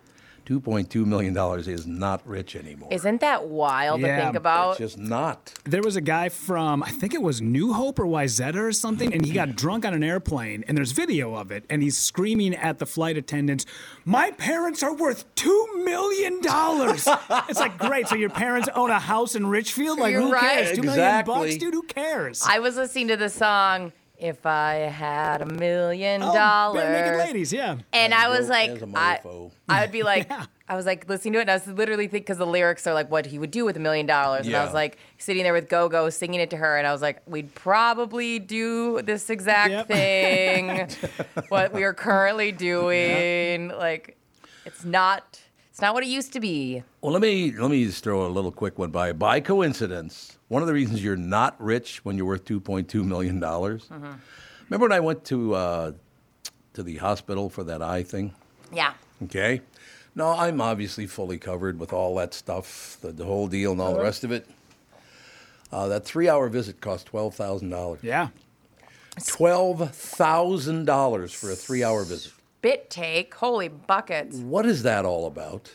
$2.2 million is not rich anymore. Isn't that wild to Yeah, think it's it's about? just not. There was a guy from, I think it was New Hope or Wyzetta or something, and he got drunk on an airplane, and there's video of it, and he's screaming at the flight attendants, My parents are worth $2 million. it's like, great. So your parents own a house in Richfield? Like, You're who right. cares? Two million bucks, Exactly. dude, who cares? I was listening to the song, If I Had a Million Oh, Bare Naked Dollars. Ladies, yeah. And I was Yo, like, as a I, mofo. I would be like, I was like listening to it, and I was literally thinking because the lyrics are like what he would do with a million dollars, and I Yeah. was like sitting there with Go Go singing it to her, and I was like, we'd probably do this exact Yep. thing, what we are currently doing. Like, it's not, it's not what it used to be. Well, let me let me just throw a little quick one by. By coincidence, one of the reasons you're not rich when you're worth 2.2 million dollars. Mm-hmm. Remember when I went to uh, to the hospital for that eye thing? Yeah, Okay. No, I'm obviously fully covered with all that stuff, the, the whole deal, and all Uh-huh. the rest of it. Uh, that three-hour visit cost twelve thousand dollars. Yeah. Twelve thousand dollars for a three-hour visit. bit take, holy buckets. What is that all about?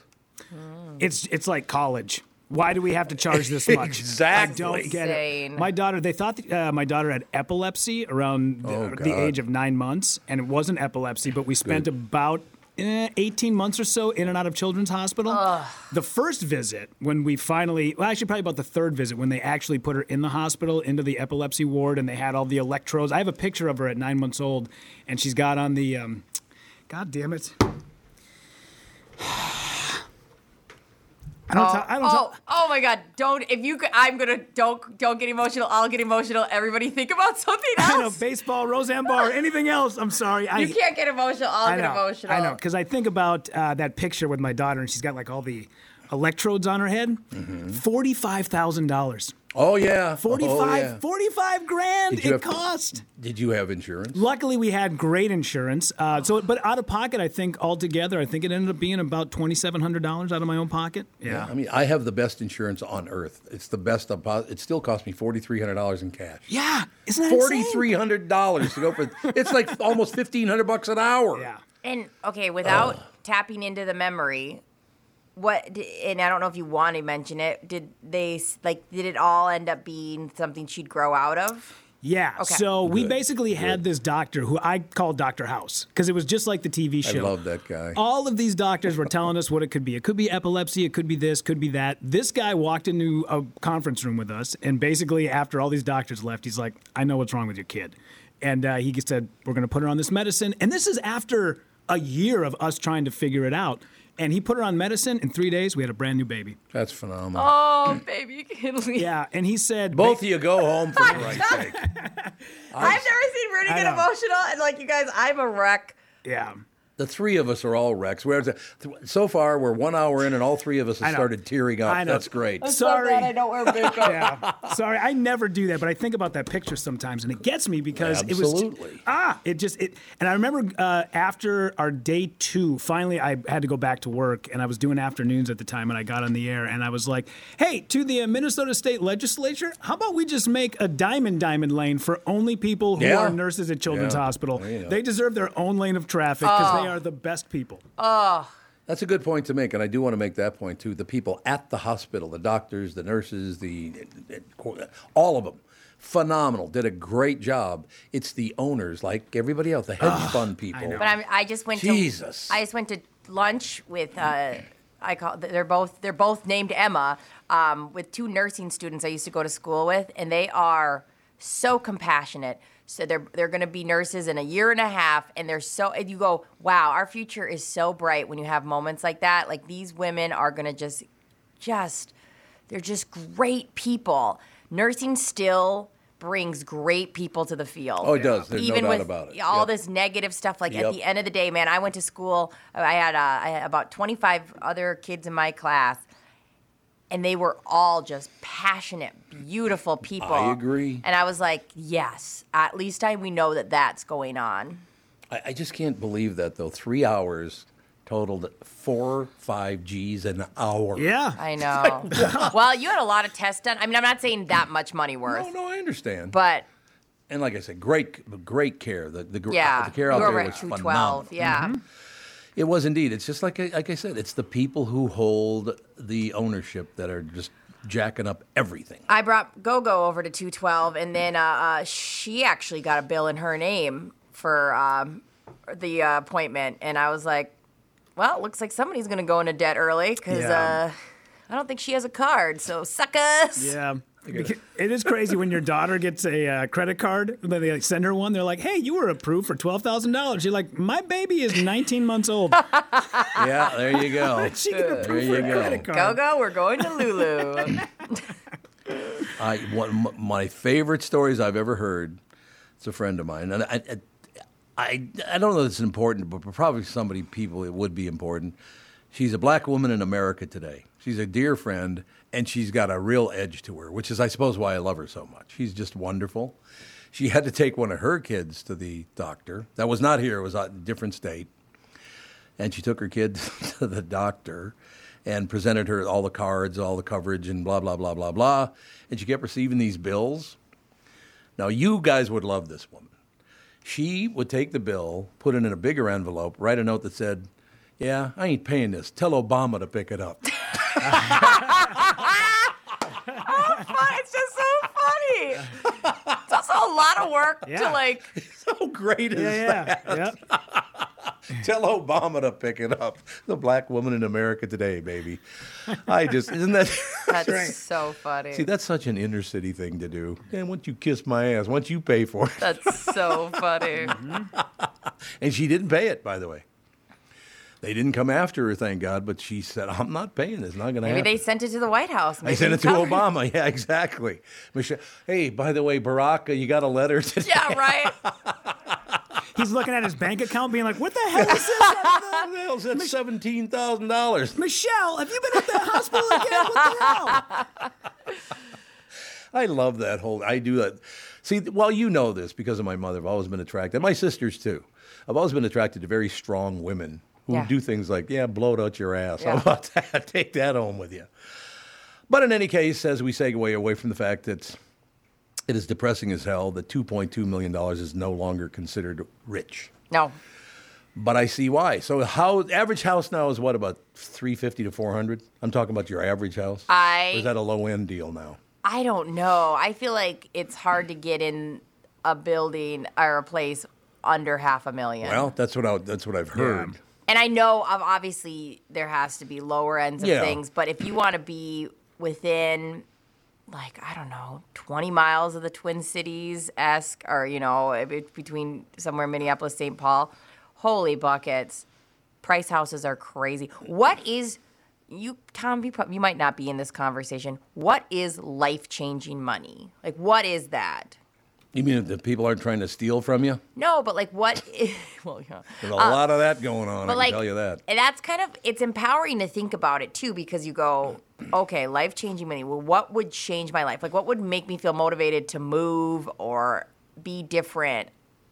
It's, it's like college. Why do we have to charge this much? Exactly. I don't get Insane. it. My daughter, they thought that, uh, my daughter had epilepsy around the, Oh, the God. age of nine months, and it wasn't epilepsy, but we spent Good. about eh, 18 months or so in and out of Children's Hospital. The first visit, when we finally, well, actually, probably about the third visit, when they actually put her in the hospital into the epilepsy ward and they had all the electrodes. I have a picture of her at nine months old, and she's got on the, um, God damn it. I don't, oh, tell- I don't oh, tell- oh my God! Don't if you. c- I'm gonna don't don't get emotional. I'll get emotional. Everybody think about something I know else. baseball, Roseanne Barr, anything else. I'm sorry. I, oh. you can't get emotional. I'll I get know, emotional. I know, because I think about uh, that picture with my daughter, and she's got like all the electrodes on her head. Forty-five thousand dollars. Mm-hmm. Oh yeah. Forty-five. Oh, yeah. Forty-five grand. Did you It have- cost. Did you have insurance? Luckily, we had great insurance. Uh, so, but out of pocket, I think altogether, I think it ended up being about twenty-seven hundred dollars out of my own pocket. Yeah. I mean, I have the best insurance on earth. It's the best. I'm posi- It still cost me forty three hundred dollars in cash. Yeah, isn't that Forty insane? three hundred dollars to go for. It's like almost fifteen hundred bucks an hour. Yeah. And okay, without tapping into the memory, what? d- And I don't know if you want to mention it. Did they s- like? Did it all end up being something she'd grow out of? Yeah. Okay. So we Good, basically had this doctor who I called Dr. House because it was just like the TV I show. love that guy. All of these doctors were telling us what it could be. It could be epilepsy, it could be this, could be that. This guy walked into a conference room with us, and basically, after all these doctors left, he's like, I know what's wrong with your kid. And uh, he said, We're going to put her on this medicine. And this is after a year of us trying to figure it out. And he put her on medicine. In three days, we had a brand new baby. That's phenomenal. Oh, baby, you can leave. Yeah. And he said, Both of you go home for Christ's sake. I've never seen Rudy I get know. emotional, and like you guys, I'm a wreck. Yeah. The three of us are all wrecks. Whereas so far we're one hour in, and all three of us I have know. started tearing up. I know. That's great. I'm so Sorry. glad I Oh, don't wear makeup. yeah. Sorry, I never do that, but I think about that picture sometimes, and it gets me because it was Absolutely. ah, it just it. And I remember uh, after our day two, finally I had to go back to work, and I was doing afternoons at the time, and I got on the air, and I was like, "Hey, to the uh, Minnesota State Legislature, how about we just make a diamond diamond lane for only people who Yeah. are nurses at Children's Yeah. Hospital? There you go. They deserve their own lane of traffic because they Oh. are the best people." Oh, That's a good point to make, and I do want to make that point too. The people at the hospital, the doctors, the nurses, the all of them, phenomenal, did a great job. It's the owners, like everybody else, the hedge fund people. But I'm, I just went Jesus. to I just went to lunch with uh, I call they're both they're both named Emma um, with two nursing students I used to go to school with, and they are so compassionate. So they're they're going to be nurses in a year and a half, and they're so. And you go, wow, our future is so bright when you have moments like that. Like these women are going to just just they're just great people. Nursing still brings great people to the field. Oh, it does. There's no doubt about it. All Yep. this negative stuff. Like Yep. at the end of the day, man, I went to school. I had, uh, I had about 25 other kids in my class, and they were all just passionate, beautiful people. I agree. And I was like, yes, at least I we know that that's going on. I, I just can't believe that though. Three hours totaled four five G's an hour. I know. well, you had a lot of tests done. I mean, I'm not saying that much money worth. Oh, No, I understand. But and like I said, great, great care. The the, gr- yeah, the care out you were there at was 212. phenomenal. Yeah. It was indeed. It's just like I, like I said. It's the people who hold the ownership that are just jacking up everything. I brought GoGo over to 212, and then uh, uh, she actually got a bill in her name for um, the uh, appointment, and I was like, "Well, it looks like somebody's gonna go into debt early because Yeah. uh, I don't think she has a card, so suckers." Yeah. Beca- It is crazy when your daughter gets a uh, credit card, then they like, send her one. They're like, "Hey, you were approved for twelve thousand dollars." You're like, "My baby is 19 months old." yeah, there you go. She can there approve you for a go. credit Go go, we're going to Lulu. I one of my favorite stories I've ever heard. It's a friend of mine, and I, I, I, I don't know if it's important, but for probably somebody people it would be important. She's a black woman in America today. She's a dear friend, and she's got a real edge to her, which is, I suppose, why I love her so much. She's just wonderful. She had to take one of her kids to the doctor. That was not here; it was a different state. and she took her kid to the doctor and presented her all the cards, all the coverage, and blah, blah, blah, blah, blah. And she kept receiving these bills. Now, you guys would love this woman. She would take the bill, put it in a bigger envelope, write a note that said, Yeah, I ain't paying this. Tell Obama to pick it up. crazy. it's also a lot of work to Yeah. like. How great is Yeah, that? Tell Obama to pick it up. The black woman in America today, baby. I just isn't that That's so funny. See, that's such an inner city thing to do. And once you kiss my ass, once you pay for it. That's so funny. And she didn't pay it, by the way. They didn't come after her, thank God, but she said, I'm not paying this. Not going to Maybe happen. they sent it to the White House. I Maybe sent it to covered- Obama. Yeah, exactly. Michelle, hey, by the way, Barack, uh, you got a letter today. Yeah, right. He's looking at his bank account, being like, "What the hell is this? That's seventeen thousand dollars." Michelle, have you been at the hospital again? What the hell?" I love that whole. I do that. See, well, you know this because of my mother. I've always been attracted. My sisters too. I've always been attracted to very strong women who Yeah. do things like, "Yeah, blow it out your ass." Yeah. How about that? Take that home with you. But in any case, as we segue away from the fact that it is depressing as hell that 2.2 million dollars is no longer considered rich. No. But I see why. So, how average house now is what about 350 to 400? I'm talking about your average house. I- or is that a low end deal now? I don't know. I feel like it's hard to get in a building or a place under half a million. Well, that's what I, that's what I've heard. and I know of obviously there has to be lower ends of Yeah. things, but if you want to be within like I don't know, 20 miles of the Twin Cities esque, or you know, if it's between somewhere Minneapolis, St. Paul, holy buckets, price houses are crazy. What is you, Tom? You, prob- you might not be in this conversation. What is life changing money? Like, what is that? You mean if the people aren't trying to steal from you? No, but like, what? i- well, yeah. There's a Uh, lot of that going on. I but can like- tell you that. And that's kind of it's empowering to think about it too because you go, okay, life changing money. Well, what would change my life? Like what would make me feel motivated to move or be different?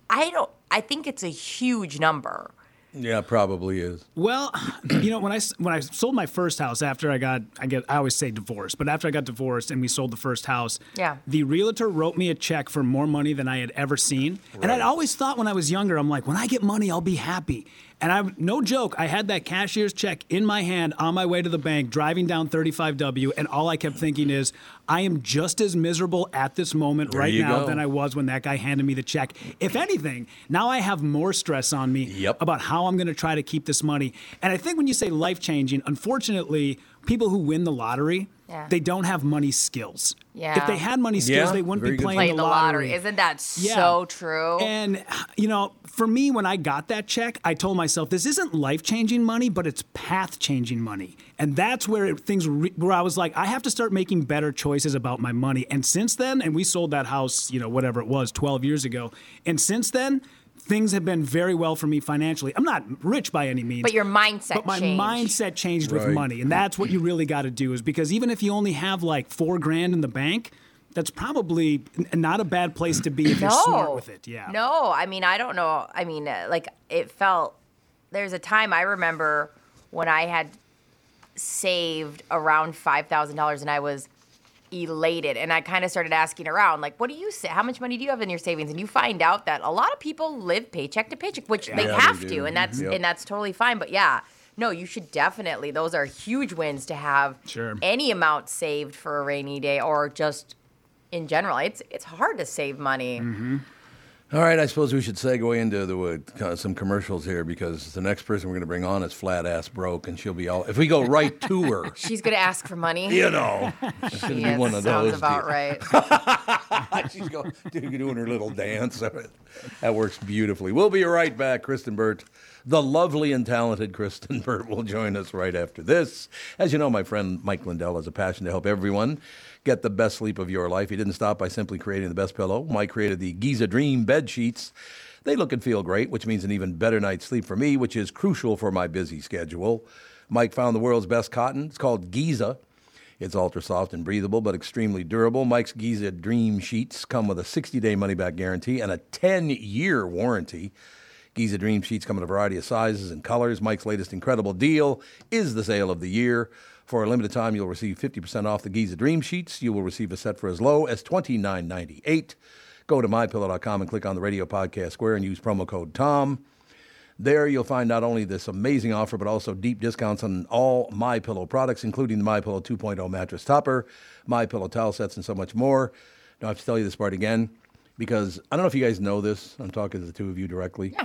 I don't I think it's a huge number. Yeah, probably is. Well, you know, when I s- when I sold my first house after I got I get I always say divorced, but after I got divorced and we sold the first house, Yeah. the realtor wrote me a check for more money than I had ever seen. And I'd always thought when I was younger, I'm like, when I get money, I'll be happy. And I no joke, I had that cashier's check in my hand on my way to the bank driving down 35W and all I kept thinking is, I am just as miserable at this moment There right you now go. than I was when that guy handed me the check. If anything, now I have more stress on me about how I'm going to try to keep this money. And I think when you say life changing, unfortunately, people who win the lottery, Yeah. they don't have money skills. Yeah. If they had money skills, Yeah, they wouldn't very be good playing Playing the lottery. Isn't that Yeah. so true? And you know, for me, when I got that check, I told myself this isn't life changing money, but it's path changing money, and that's where it, things re- where I was like, I have to start making better choices about my money. And since then, and we sold that house, you know, whatever it was, twelve years ago, and since then. Things have been very well for me financially. I'm not rich by any means. but your mindset But my changed. mindset changed with Right. money, and that's what you really got to do. Is because even if you only have like four grand in the bank, that's probably n- not a bad place to be if you're smart with it. Yeah. No, I mean, I don't know. I mean, uh, like it felt. There's a time I remember when I had saved around five thousand dollars, and I was elated. And I kind of started asking around, like, "What do you say? How much money do you have in your savings?" And you find out that a lot of people live paycheck to paycheck, which they Yeah, they have do. Mm-hmm. to, and that's Yep. and that's totally fine. But yeah. No, you should definitely. Those are huge wins to have Sure. any amount saved for a rainy day or just in general. It's it's hard to save money. All right, I suppose we should segue into the uh, some commercials here because the next person we're going to bring on is flat ass broke, and she'll be all. If we go right to her, She's gonna ask for money. you know, She she's going to be is. one of Sounds those. about right. right. she's going doing her little dance. That works beautifully. We'll be right back. Kristen Burt, the lovely and talented Kristen Burt, will join us right after this. As you know, my friend Mike Lindell has a passion to help everyone get the best sleep of your life. He didn't stop by simply creating the best pillow. Mike created the Giza Dream bed sheets. They look and feel great, which means an even better night's sleep for me, which is crucial for my busy schedule. Mike found the world's best cotton. It's called Giza. It's ultra soft and breathable, but extremely durable. Mike's Giza Dream Sheets come with a 60 day money back guarantee and a 10 year warranty. Giza Dream Sheets come in a variety of sizes and colors. Mike's latest incredible deal is the sale of the year. For a limited time, you'll receive 50% off the Giza Dream Sheets. You will receive a set for as low as $29.98. Go to mypillow.com and click on the radio podcast square and use promo code TOM. There you'll find not only this amazing offer but also deep discounts on all My Pillow products including the My Pillow 2.0 mattress topper, My Pillow towel sets and so much more. Now, I have to tell you this part again because I don't know if you guys know this. I'm talking to the two of you directly.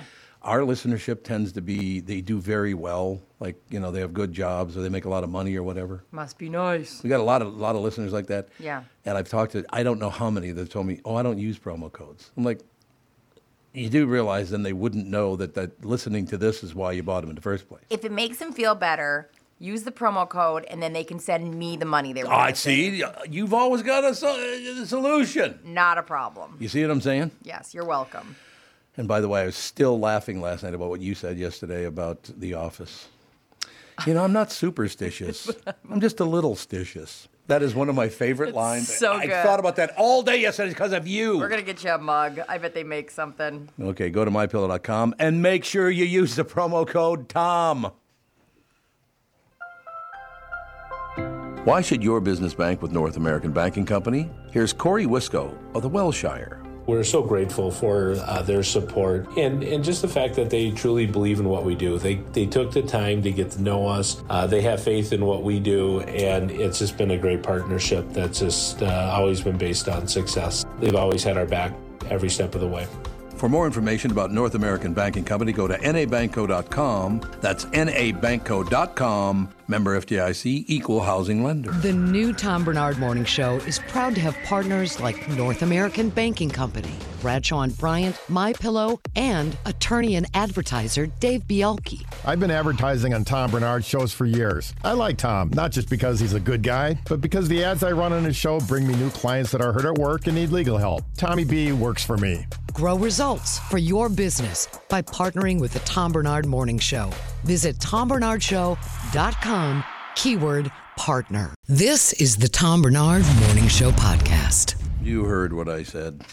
Our listenership tends to be, they do very well. Like, you know, they have good jobs or they make a lot of money or whatever. Must be nice. We got a lot of, lot of listeners like that. Yeah. And I've talked to, I don't know how many that have told me, oh, I don't use promo codes. I'm like, you do realize then they wouldn't know that, that listening to this is why you bought them in the first place. If it makes them feel better, use the promo code and then they can send me the money they were. I see. You've always got a, sol- a solution. Not a problem. You see what I'm saying? Yes, you're welcome. And by the way, I was still laughing last night about what you said yesterday about The Office. You know, I'm not superstitious. I'm just a little stitious. That is one of my favorite lines. so I good. thought about that all day yesterday because of you. We're gonna get you a mug. I bet they make something. Okay, go to mypillow.com and make sure you use the promo code TOM. Why should your business bank with North American Banking Company? Here's Corey Wisco of the Welshire. We're so grateful for uh, their support and, and just the fact that they truly believe in what we do. They, they took the time to get to know us. Uh, they have faith in what we do, and it's just been a great partnership that's just uh, always been based on success. They've always had our back every step of the way. For more information about North American Banking Company, go to nabanco.com. That's nabanco.com. Member FDIC, equal housing lender. The new Tom Bernard Morning Show is proud to have partners like North American Banking Company, Bradshaw and Bryant, My Pillow, and attorney and advertiser Dave Bielke. I've been advertising on Tom Bernard shows for years. I like Tom, not just because he's a good guy, but because the ads I run on his show bring me new clients that are hurt at work and need legal help. Tommy B works for me. Grow results for your business by partnering with the Tom Bernard Morning Show. Visit tombernardshow.com, keyword partner. This is the Tom Bernard Morning Show podcast. You heard what I said.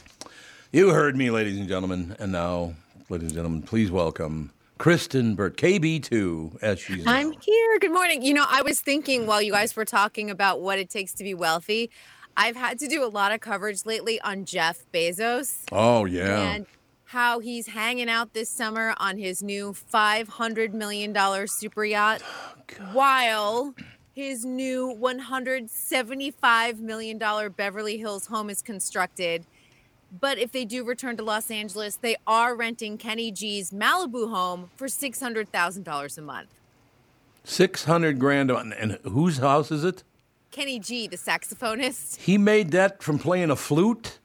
You heard me, ladies and gentlemen. And now, ladies and gentlemen, please welcome Kristen Burt, KB2, as she's known. I'm here. Good morning. You know, I was thinking while you guys were talking about what it takes to be wealthy, I've had to do a lot of coverage lately on Jeff Bezos Oh, yeah. and how he's hanging out this summer on his new $500 million super yacht while his new $175 million Beverly Hills home is constructed. But if they do return to Los Angeles, they are renting Kenny G's Malibu home for $600,000 a month. 600 grand. On, and whose house is it? Kenny G, the saxophonist. He made that from playing a flute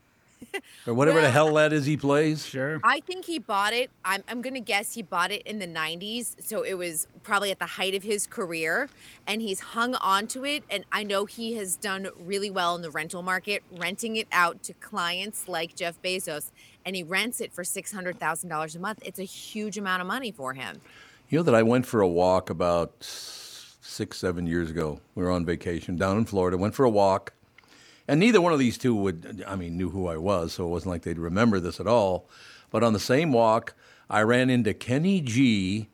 or whatever the hell that is he plays. Sure. I think he bought it. I'm, I'm going to guess he bought it in the 90s. So it was probably at the height of his career. And he's hung on to it. And I know he has done really well in the rental market, renting it out to clients like Jeff Bezos. And he rents it for $600,000 a month. It's a huge amount of money for him. You know that I went for a walk about s- six, seven years ago. We were on vacation down in Florida. Went for a walk, and neither one of these two would, I mean, knew who I was, so it wasn't like they'd remember this at all. But on the same walk, I ran into Kenny G,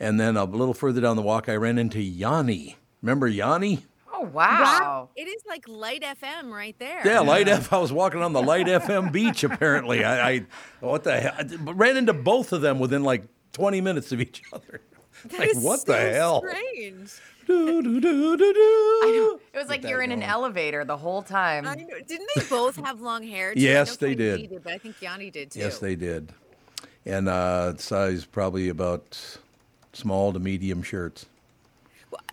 and then a little further down the walk, I ran into Yanni. Remember Yanni? Oh, wow. It is like Light FM right there. Yeah, Light F. I was walking on the Light FM beach. Apparently, I, I what the hell? I d- ran into both of them within like 20 minutes of each other. That like is what so the hell? Strange. Do, do, do, do, do. It was like that you're in an going. elevator the whole time. I know. Didn't they both have long hair? too? I Yes, know they Kenny did. G But I think Yanni did too. Yes, they did. And uh, size probably about small to medium shirts.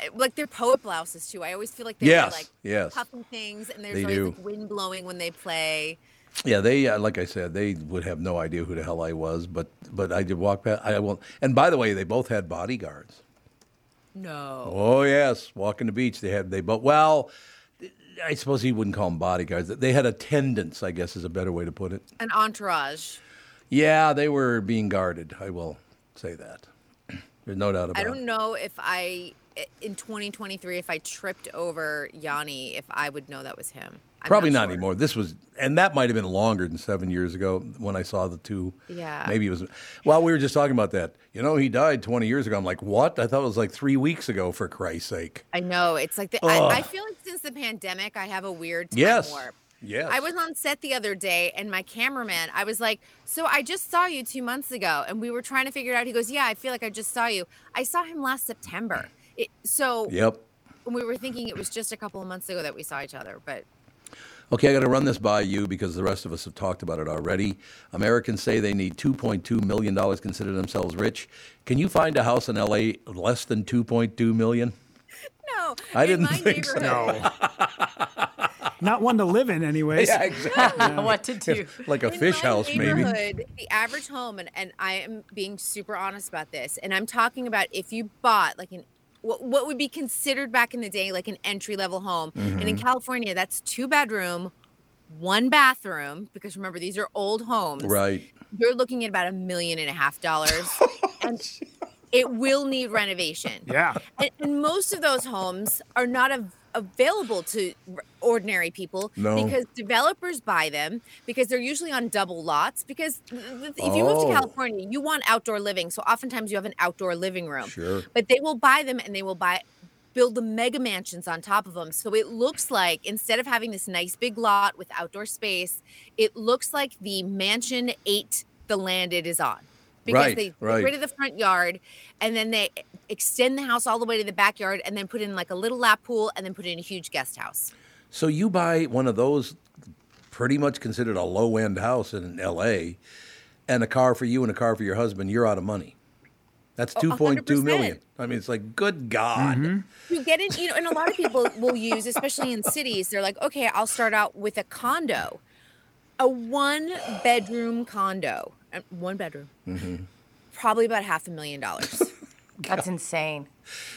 I- like they're poet blouses too. I always feel like they're Yes, like yes. puffing things, and there's They always do. like wind blowing when they play. Yeah, they uh, like I said, they would have no idea who the hell I was, but but I did walk past. I won't. And by the way, they both had bodyguards. No. Oh yes, walking the beach, they had they both. Well, I suppose he wouldn't call them bodyguards. They had attendants, I guess is a better way to put it. An entourage. Yeah, they were being guarded. I will say that. There's no doubt about I it. don't know if I i- in 2023 if I tripped over Yanni if I would know that was him. I'm Probably not, sure. anymore. This was, and that might have been longer than seven years ago when I saw the two. Yeah. Maybe it was. Well, we were just talking about that. You know, he died 20 years ago. I'm like, what? I thought it was like three weeks ago, for Christ's sake. I know it's like the, I, I Ugh. feel like since the pandemic I have a weird time Yes. warp. Yes. I was on set the other day and my cameraman, I was like, So I just saw you two months ago. And we were trying to figure it out. He goes, Yeah, I feel like I just saw you. I saw him last September. It, so Yep. and we were thinking it was just a couple of months ago that we saw each other, but Okay, I got to run this by you because the rest of us have talked about it already. Americans say they need 2.2 million dollars, consider themselves rich. Can you find a house in LA less than 2.2 million? No, I in didn't my think so. neighborhood- Not one to live in, anyways. Yeah, exactly. Yeah. What to do? like a fish house, maybe. neighborhood, the average home, and, and I am being super honest about this, and I'm talking about if you bought like an what, what would be considered back in the day like an entry level home, and in Mm-hmm. Mhm. California that's two bedroom, one bathroom because remember these are old homes, Right. You're looking at about a million and a half dollars, Oh, and it will need renovation. Yeah. and, and most of those homes are not av- available to r- ordinary people No. because developers buy them because they're usually on double lots because th- th- if you move Oh. to california you want outdoor living so oftentimes you have an outdoor living room Sure. but they will buy them and they will buy build the mega mansions on top of them so it looks like instead of having this nice big lot with outdoor space it looks like the mansion ate the land it is on because Right, they get right. rid of the front yard and then they extend the house all the way to the backyard and then put in like a little lap pool and then put in a huge guest house So you buy one of those pretty much considered a low end house in LA and a car for you and a car for your husband, you're out of money. That's Oh, 2.2 million. 100%. I mean, it's like, good God. you get in you know and a lot of people will use especially in cities they're like okay i'll start out with a condo a one bedroom condo uh, one bedroom Mhm. probably about half a million dollars That's insane.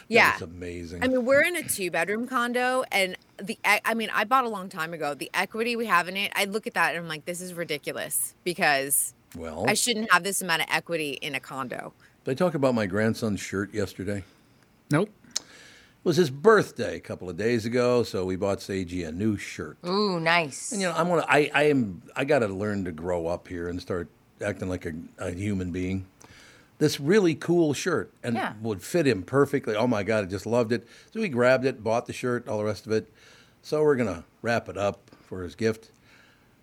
yeah That's amazing. I mean, we're in a two bedroom condo, and the e- I mean, I bought a long time ago. The equity we have in it, I look at that and I'm like, this is ridiculous because well, I shouldn't have this amount of equity in a condo. Did I talk about my grandson's shirt yesterday? Nope. It was his birthday a couple of days ago, so we bought Seiji a new shirt. Ooh, nice. And you know, I'm gonna, I, I am, I gotta learn to grow up here and start acting like a, a human being. This really cool shirt and Yeah. would fit him perfectly. Oh my god, I just loved it. So we grabbed it, bought the shirt, all the rest of it. So we're gonna wrap it up for his gift.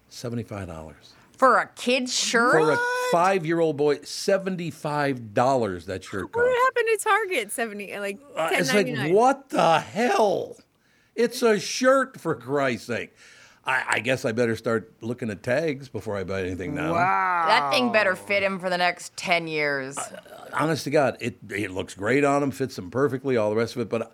Seventy-five dollars For a kid's shirt? for a five-year-old boy. Seventy-five dollars that shirt cost. What happened to Target? Seventy, like Uh, ten it's like, ninety nine. what the hell? It's a shirt, for Christ's sake. I, I guess I better start looking at tags before I buy anything now. That thing better fit him for the next 10 years. Honest to God, it, it looks great on him, fits him perfectly, all the rest of it. But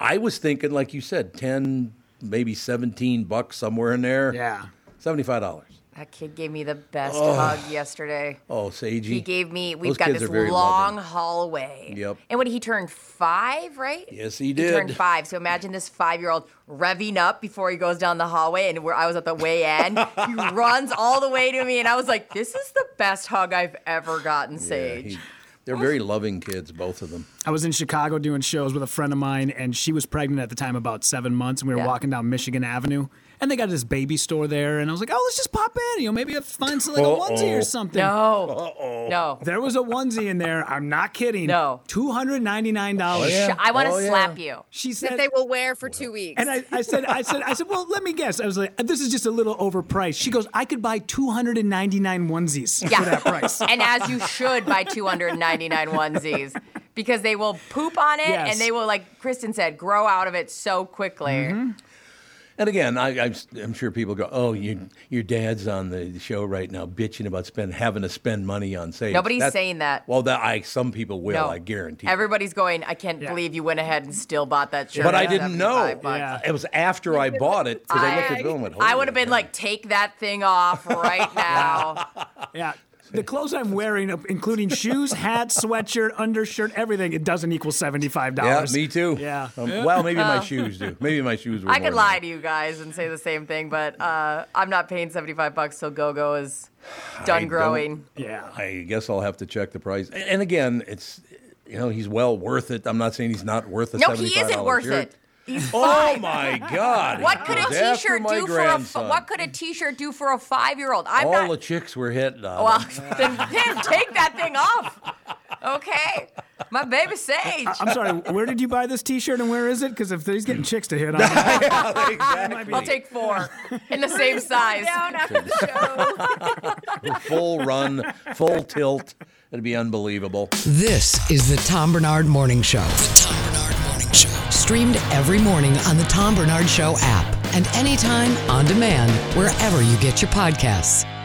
I was thinking, like you said, 10, maybe 17 bucks somewhere in there. Yeah. $75. that kid gave me the best Ugh. hug yesterday. Oh, Seiji. He gave me, we've Those got kids this are very long loving. hallway. Yep. And when he turned five, right? Yes, he He turned did. five. So imagine this five year old revving up before he goes down the hallway. And where I was at the way end, he runs all the way to me. And I was like, this is the best hug I've ever gotten, Sage. he- they're very loving kids, both of them. I was in Chicago doing shows with a friend of mine, and she was pregnant at the time, about seven months, and we were walking down Michigan Avenue. And they got this baby store there, and I was like, "Oh, let's just pop in. You know, maybe I'll find some, like Uh-oh. a onesie or something." No, Uh-oh. Oh, no. There was a onesie in there. I'm not kidding. No, two hundred ninety nine Oh, dollars. I want to slap you. She that said- they will wear for two weeks. And I, I said, I said, I said, well, let me guess. I was like, this is just a little overpriced. She goes, I could buy 299 onesies for that price. and as you should buy 299 onesies because they will poop on it Yes. Mm-hmm. and they will, like Kristen said, grow out of it so quickly. And again, I, I'm, s- I'm sure people go, "Oh, you, your dad's on the show right now, bitching about spend having to spend money on sage." Nobody's saying that. Well, that I some people will, No. I guarantee. Everybody's going, I can't believe you went ahead and still bought that shirt. but I at didn't know. 75 bucks." It was after I bought it because I, looked at the bill and went, I would have been like, take that thing off right now. yeah. The clothes I'm wearing, including shoes, hat, sweatshirt, undershirt, everything, it doesn't equal $75. "Yeah, me too." Yeah. Um, well, maybe my Oh. shoes do. Maybe my shoes. Were I more could than lie to you guys and say the same thing, but uh, I'm not paying 75 bucks till GoGo is that. I done don't- growing. Yeah. I guess I'll have to check the price. A- And again, it's you know he's well worth it. I'm not saying he's not worth the No, he seventy-five isn't worth shirt. it. He's Oh fine. my God! What could a Goes after T-shirt my do for a f- grandson. What could a T-shirt do for a five-year-old? I'm all not. the chicks were hitting on. Well, him. then, then take that thing off. Okay, my baby Sage. I- I'm sorry, where did you buy this t shirt and where is it? Because if he's getting chicks to hit on it. I'll take four in the same size. full run, full tilt. It'd be unbelievable. This is the Tom Bernard Morning Show. Streamed every morning on the Tom Bernard Show app and anytime on demand wherever you get your podcasts.